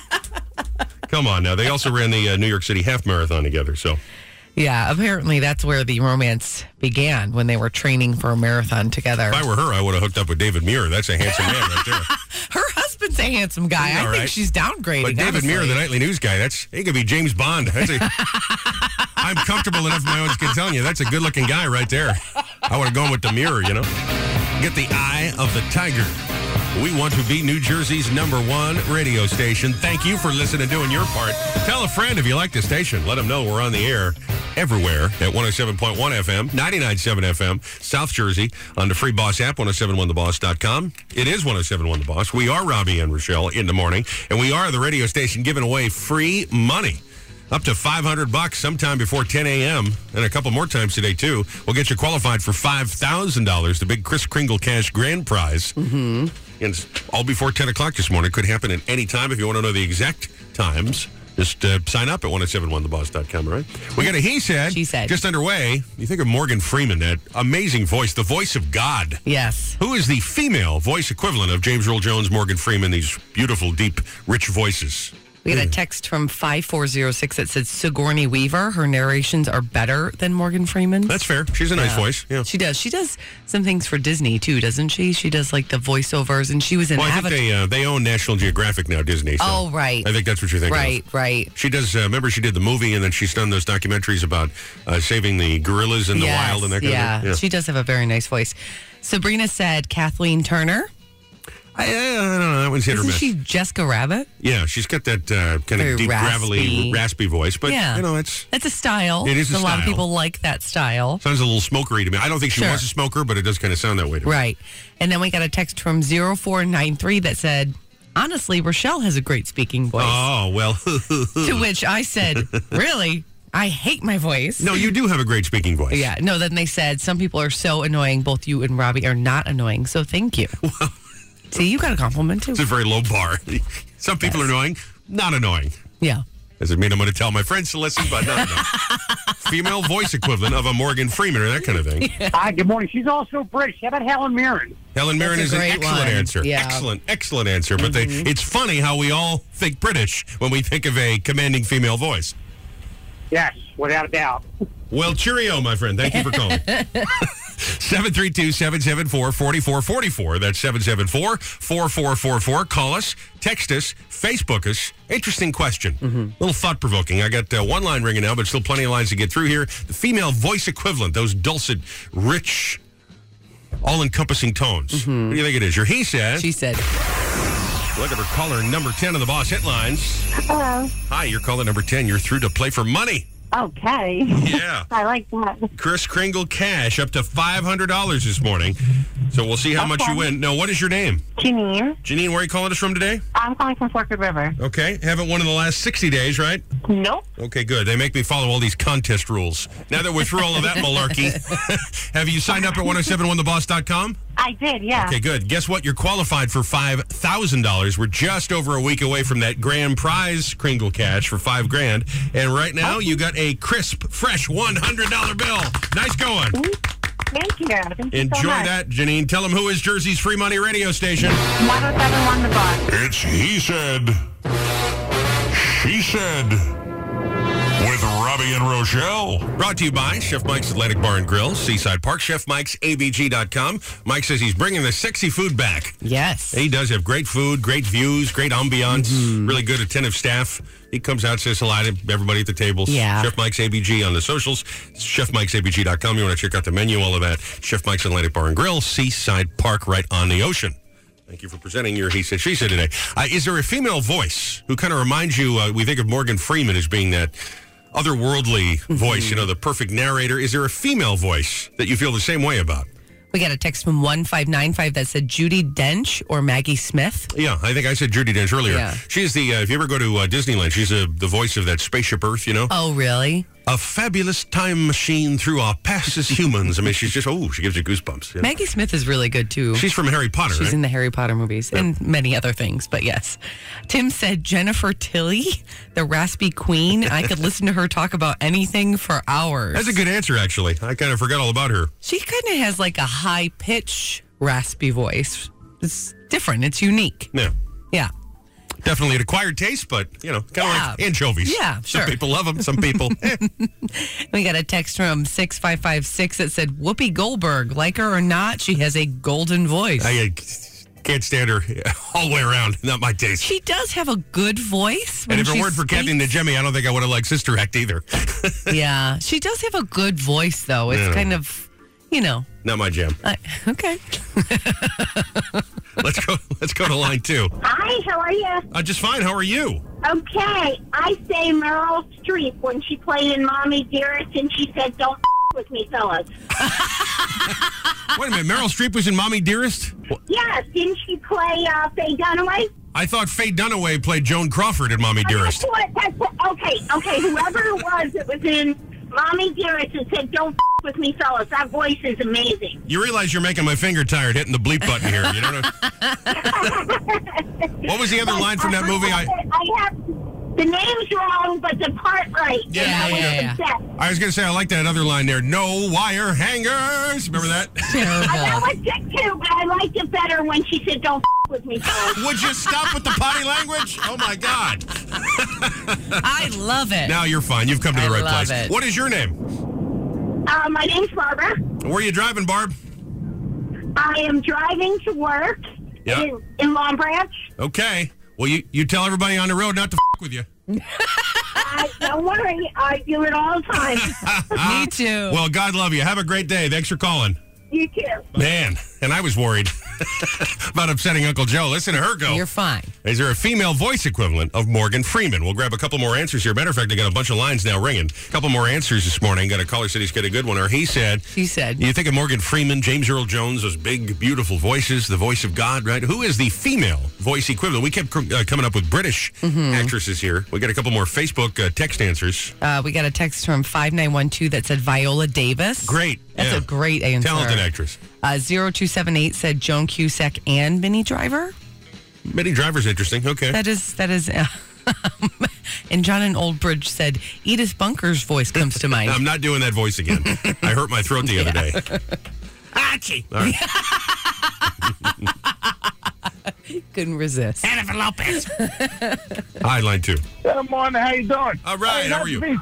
A: Come on now. They also ran the uh, New York City half marathon together, so
B: Yeah, apparently that's where the romance began when they were training for a marathon together.
A: if I were her, I would have hooked up with David Muir. That's a handsome man right there.
B: Her husband's a handsome guy. I
A: All
B: think
A: right.
B: she's downgrading.
A: But David
B: honestly.
A: Muir, the nightly news guy, that's he could be James Bond. That's a, I'm comfortable enough in my own skin telling you that's a good-looking guy right there. I would have gone with the Muir, you know. Get the eye of the tiger. We want to be New Jersey's number one radio station. Thank you for listening and doing your part. Tell a friend if you like the station. Let them know we're on the air everywhere at 107.1 FM, 99.7 FM, South Jersey, on the free Boss app, 1071theboss.com. It is 1071 The Boss. We are Robbie and Rochelle in the morning, and we are the radio station giving away free money. Up to 500 bucks sometime before 10 a.m. and a couple more times today, too. We'll get you qualified for $5,000, the big Chris Kringle cash grand prize. Mm-hmm. And it's all before 10 o'clock this morning. Could happen at any time. If you want to know the exact times, just uh, sign up at 1071theboss.com, all right? We got a He Said. She Said. Just underway. You think of Morgan Freeman, that amazing voice, the voice of God.
B: Yes.
A: Who is the female voice equivalent of James Earl Jones, Morgan Freeman, these beautiful, deep, rich voices?
B: We had a text from 5406 that said Sigourney Weaver, her narrations are better than Morgan Freeman's.
A: That's fair. She's a nice voice. Yeah.
B: She does. She does some things for Disney too, doesn't she? She does like the voiceovers and she was in
A: Well, I
B: Avatar.
A: think they uh, they own National Geographic now, Disney. so
B: Oh, right.
A: I think that's what you're thinking. of.
B: Right, right.
A: She does. Uh, remember, she did the movie, and then she's done those documentaries about uh, saving the gorillas in the
B: Yes,
A: wild and that kind
B: yeah.
A: of thing.
B: she does have a very nice voice. Sabrina said Kathleen Turner.
A: I, I, I don't know. That one's hit or
B: Isn't
A: miss.
B: she Jessica Rabbit?
A: yeah, she's got that uh, kind
B: Very
A: of deep, gravelly,
B: raspy.
A: raspy voice. But
B: yeah,
A: you know, it's
B: that's a style.
A: It is a
B: a lot of
A: style.
B: people like that style.
A: sounds a little smokery to me. I don't think she
B: Sure.
A: was a smoker, but it does kind of sound that way to me.
B: Right. And then we got a text from 0493 that said, honestly, Rochelle has a great speaking voice.
A: Oh well.
B: To which I said, really? I hate my voice.
A: no, you do have a great speaking voice.
B: Yeah. No, then they said, some people are so annoying. Both you and Robbie are not annoying. So thank you. See, you got a compliment too.
A: It's a very low bar. Some people are annoying, not annoying.
B: Yeah.
A: Doesn't mean I'm going to tell my friends to listen, but not annoying. Female voice equivalent of a Morgan Freeman or that kind of thing.
E: Hi, good morning. She's also British. How about Helen Mirren?
A: Helen Mirren is
E: That's a
A: an
E: great
A: excellent
E: one.
A: answer.
E: Yeah. Mm-hmm.
A: Excellent, excellent answer. But they, it's funny how we all think British when we think of a commanding female voice.
E: Yes, without a doubt.
A: Well, cheerio, my friend. Thank you for calling. 732-774-4444. That's 774-4444. Call us, text us, Facebook us. Interesting question. little thought-provoking. I got uh, one line ringing now, but still plenty of lines to get through here. The female voice equivalent, those dulcet, rich, all-encompassing tones. What do you think it is? Your he said. She
B: said.
A: Look at her caller number 10 of the boss headlines.
L: Hello.
A: Hi, you're caller number 10. You're through to play for money.
L: Okay.
A: Yeah.
L: I like that.
A: Chris Kringle cash up to $500 this morning. So we'll see how much you win. Now, what is your name?
L: Janine,
A: Janine, where are you calling us from today?
L: I'm calling from Forked River.
A: Okay. Haven't won in the last 60 days, right?
L: Nope.
A: Okay, good. They make me follow all these contest rules. Now that we're through all of that malarkey, have you signed up at 1071theboss.com?
L: I did, yeah.
A: Okay, good. Guess what? You're qualified for $5,000. We're just over a week away from that grand prize Kringle cash for five grand. And right now, you got a crisp, fresh $100 bill. Nice going.
L: Thank you. Thank you
A: Enjoy
L: so much.
A: that, Janine. Tell them who is Jersey's free money radio station.
L: 1071 The Boss.
C: It's He Said, She Said with Robbie and Rochelle.
A: Brought to you by Chef Mike's Atlantic Bar and Grill, Seaside Park, Chef Mike's ABG.com. Mike says he's bringing the sexy food back.
B: Yes.
A: He does have great food, great views, great ambiance, really good attentive staff. He comes out, says hello to everybody at the tables.
B: Yeah.
A: Chef Mike's ABG on the socials, Chef Mike's ABG.com. You want to check out the menu, all of that. Chef Mike's Atlantic Bar and Grill, Seaside Park, right on the ocean. Thank you for presenting your He Said, She Said today. Uh, is there a female voice who kind of reminds you, uh, we think of Morgan Freeman as being that otherworldly voice, you know, the perfect narrator. Is there a female voice that you feel the same way about?
B: We got a text from 1595 that said Judy Dench or Maggie Smith.
A: Yeah, I think I said Judy Dench earlier.
B: Yeah.
A: She's the, uh, if you ever go to uh, Disneyland, she's uh, the voice of that spaceship Earth, you know?
B: Oh, really?
A: A fabulous time machine through our past as humans. I mean, she's just, oh, she gives you goosebumps. you know?
B: Maggie Smith is really good too.
A: She's from Harry Potter,
B: She's
A: right?
B: in the Harry Potter movies and many other things, but yes. Tim said Jennifer Tilly, the raspy queen. I could listen to her talk about anything for hours.
A: That's a good answer, actually. I kind of forgot all about her.
B: She kind of has like a high pitch, raspy voice. It's different, it's unique.
A: Yeah.
B: Yeah.
A: Definitely an acquired taste, but, you know, kind of like
B: Yeah.
A: anchovies.
B: Yeah, sure.
A: Some people love them, some people. eh.
B: We got a text from 6556 that said Whoopi Goldberg, like her or not, she has a golden voice.
A: I uh, can't stand her all the way around. Not my taste.
B: she does have a good voice.
A: and
B: when
A: if it
B: she
A: weren't for Kathy and the Jemmy, I don't think I would have liked Sister Act either.
B: yeah, she does have a good voice, though. It's
A: Yeah.
B: kind of, you know,
A: Not my jam.
B: I, okay.
A: Let's go. Let's go to line two.
G: Hi, how are you?
A: Uh, just fine. How are you?
G: Okay, I say Meryl Streep when she played in Mommy Dearest, and she said, "Don't f- with me, fellas."
A: Wait a minute. Meryl Streep was in Mommy Dearest. Well,
G: Yes, didn't she play uh, Faye Dunaway?
A: I thought Faye Dunaway played Joan Crawford in Mommy
G: That's
A: Dearest.
G: what, that's what, okay, okay. Whoever it was that was in Mommy Dearest and said, "Don't f- with me, fellas," that voice is amazing.
A: You realize you're making my finger tired hitting the bleep button here. You don't know. what was the other line from that movie? I
G: I have the name's wrong, but the part right.
A: Yeah,
G: And I
A: yeah,
G: was
A: yeah.
G: obsessed.
A: I was gonna say I like that other line there. No wire hangers. Remember that?
G: I know it's good too, but I liked it better when she said, "Don't f- with me, fellas."
A: Would you stop with the potty language? Oh my God!
B: I love it.
A: Now you're fine. You've come to the
B: I
A: right
B: love
A: place.
B: it.
A: What is your name?
G: Uh, my name's Barbara.
A: Where are you driving, Barb?
G: I am driving to work
A: Yeah.
G: in, in Long Branch.
A: Okay. Well, you, you tell everybody on the road not to f- with you.
G: I, don't worry, I do it all the time.
B: Me too.
A: Well, God love you. Have a great day. Thanks for calling.
G: You too.
A: Man, and I was worried about upsetting Uncle Joe. Listen to her go.
B: You're fine.
A: Is there a female voice equivalent of Morgan Freeman? We'll grab a couple more answers here. Matter of fact, I got a bunch of lines now ringing. A couple more answers this morning. Got a caller said he's got a good one. Or he said,
B: She said,
A: you think of Morgan Freeman, James Earl Jones, those big, beautiful voices, the voice of God, right? Who is the female voice equivalent? We kept cr- uh, coming up with British
B: Mm-hmm.
A: actresses here. We got a couple more Facebook uh, text answers.
B: uh, we got a text from 5912 that said Viola Davis.
A: Great.
B: That's
A: Yeah.
B: a great answer.
A: Talented actress.
B: Uh, 0278 said Joan Cusack and Minnie Driver.
A: Many drivers interesting. Okay.
B: That is, that is. um, and John and Oldbridge said Edith Bunker's voice comes to mind.
A: I'm not doing that voice again. I hurt my throat the other day. Archie. All right.
B: Couldn't resist.
E: Jennifer Lopez.
A: Hi, line two.
E: Good morning. How you doing?
A: All right,
E: Hey,
A: how
E: has
A: are you?
E: to Be,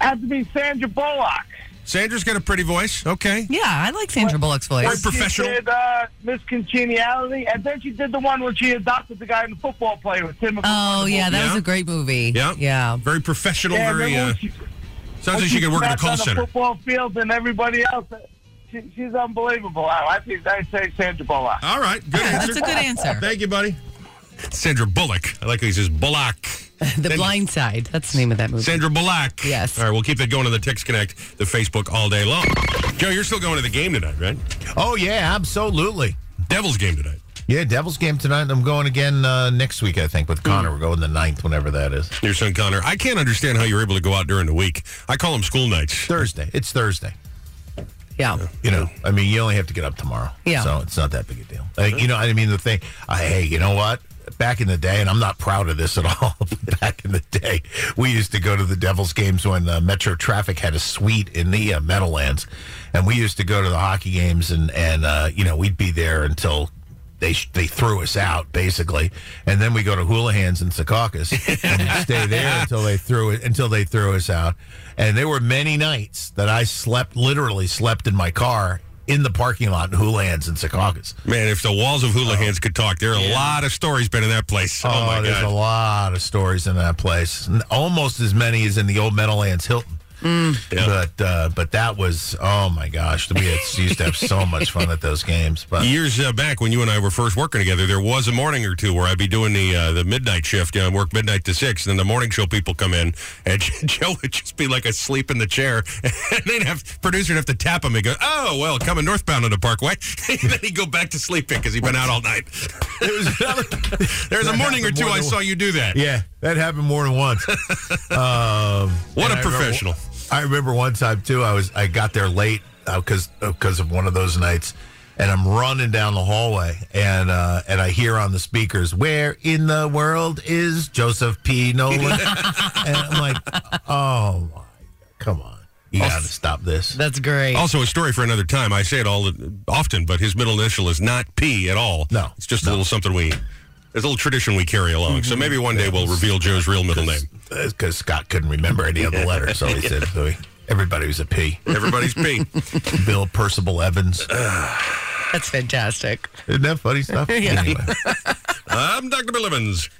E: has to be Sandra Bullock.
A: Sandra's got a pretty voice. Okay.
B: Yeah, I like Sandra Bullock's voice.
A: Very professional.
E: She did uh, Miss Congeniality, and then she did the one where she adopted the guy in the football player with Tim.
B: Oh yeah, that was a great movie.
A: Yeah.
B: Yeah.
A: Very professional.
E: Yeah,
A: very.
E: remember
A: Uh,
E: when she-
A: sounds like she could work at a call
E: On
A: center.
E: the football field and everybody else. She, she's unbelievable. I I think I say Sandra Bullock.
A: All right, good
B: Yeah, that's a good answer.
A: Thank you, buddy. Sandra Bullock. I like how he says Bullock.
B: the Blind Side. That's the name of that movie.
A: Sandra Bullock. Yes. All right, we'll keep that going on the Text Connect, the Facebook all day long. Joe, you're still going to the game tonight, right?
C: Oh yeah, absolutely.
A: Devils game tonight.
C: Yeah, Devils game tonight. I'm going again uh, next week, I think, with Connor. We're going the ninth, whenever that is.
A: Your son Connor. I can't understand how you're able to go out during the week. I call them school nights.
C: Thursday. It's Thursday.
B: Yeah.
C: You know, I mean, you only have to get up tomorrow.
B: Yeah.
C: So it's not that big a deal. Like, you know, I mean, the thing, I, hey, you know what? Back in the day, and I'm not proud of this at all. but Back in the day, we used to go to the Devils games when uh, Metro Traffic had a suite in the uh, Meadowlands, and we used to go to the hockey games, and and uh, you know we'd be there until they sh- they threw us out basically, and then we go to Houlihan's in Secaucus and we'd stay there until they threw it until they threw us out. And there were many nights that I slept literally slept in my car in the parking lot in Houlihan's in Secaucus.
A: Man, if the walls of Houlihan's could talk, there are a lot of stories been in that place. Oh, my
C: Oh. there's
A: God.
C: a lot of stories in that place, N- almost as many as in the old Meadowlands Hilton.
A: Mm.
C: But uh, but that was oh my gosh, we had, used to have so much fun at those games. But
A: Years uh, back, when you and I were first working together, there was a morning or two where I'd be doing the uh, the midnight shift. You know, I work midnight to six, and then the morning show people come in, and Joe would just be like asleep in the chair, and they'd have producer would have to tap him and go, "Oh well, coming northbound on the Parkway," and then he'd go back to sleeping because he'd been out all night. there was a morning or two I saw you do that.
C: Yeah, that happened more than once. um,
A: What
C: and
A: a
C: I remember-
A: professional.
C: I remember one time too. I was I got there late uh, because because of one of those nights, and I'm running down the hallway, and uh, and I hear on the speakers, "Where in the world is Joseph P. Nolan?" and I'm like, "Oh my, come on, you got to stop this."
B: That's great.
A: Also, a story for another time. I say it all often, but his middle initial is not P at all. No, Mm-hmm. it's just a little something we. It's a little tradition we carry along. So maybe one day we'll reveal Joe's real middle name.
C: Because Uh, Scott couldn't remember any other letter, so he said, so he- "Everybody was a P."
A: Everybody's P.
C: Bill Percival Evans.
B: That's fantastic.
C: Isn't that funny stuff?
B: Yeah.
A: I'm Dr. Bill Evans.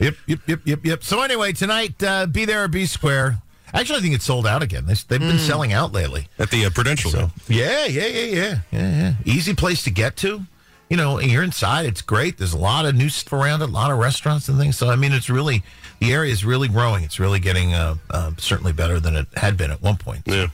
C: Yep, yep, yep, yep, yep. So anyway, tonight, uh, be there or be square. Actually, I think it's sold out again. They, they've been selling out lately.
A: At the uh, Prudential.
C: So yeah, yeah, yeah, yeah, yeah, yeah. Easy place to get to. You know, and you're inside. It's great. There's a lot of new stuff around it. A lot of restaurants and things. So I mean, it's really the area is really growing. It's really getting uh, uh, certainly better than it had been at one point.
A: Yeah.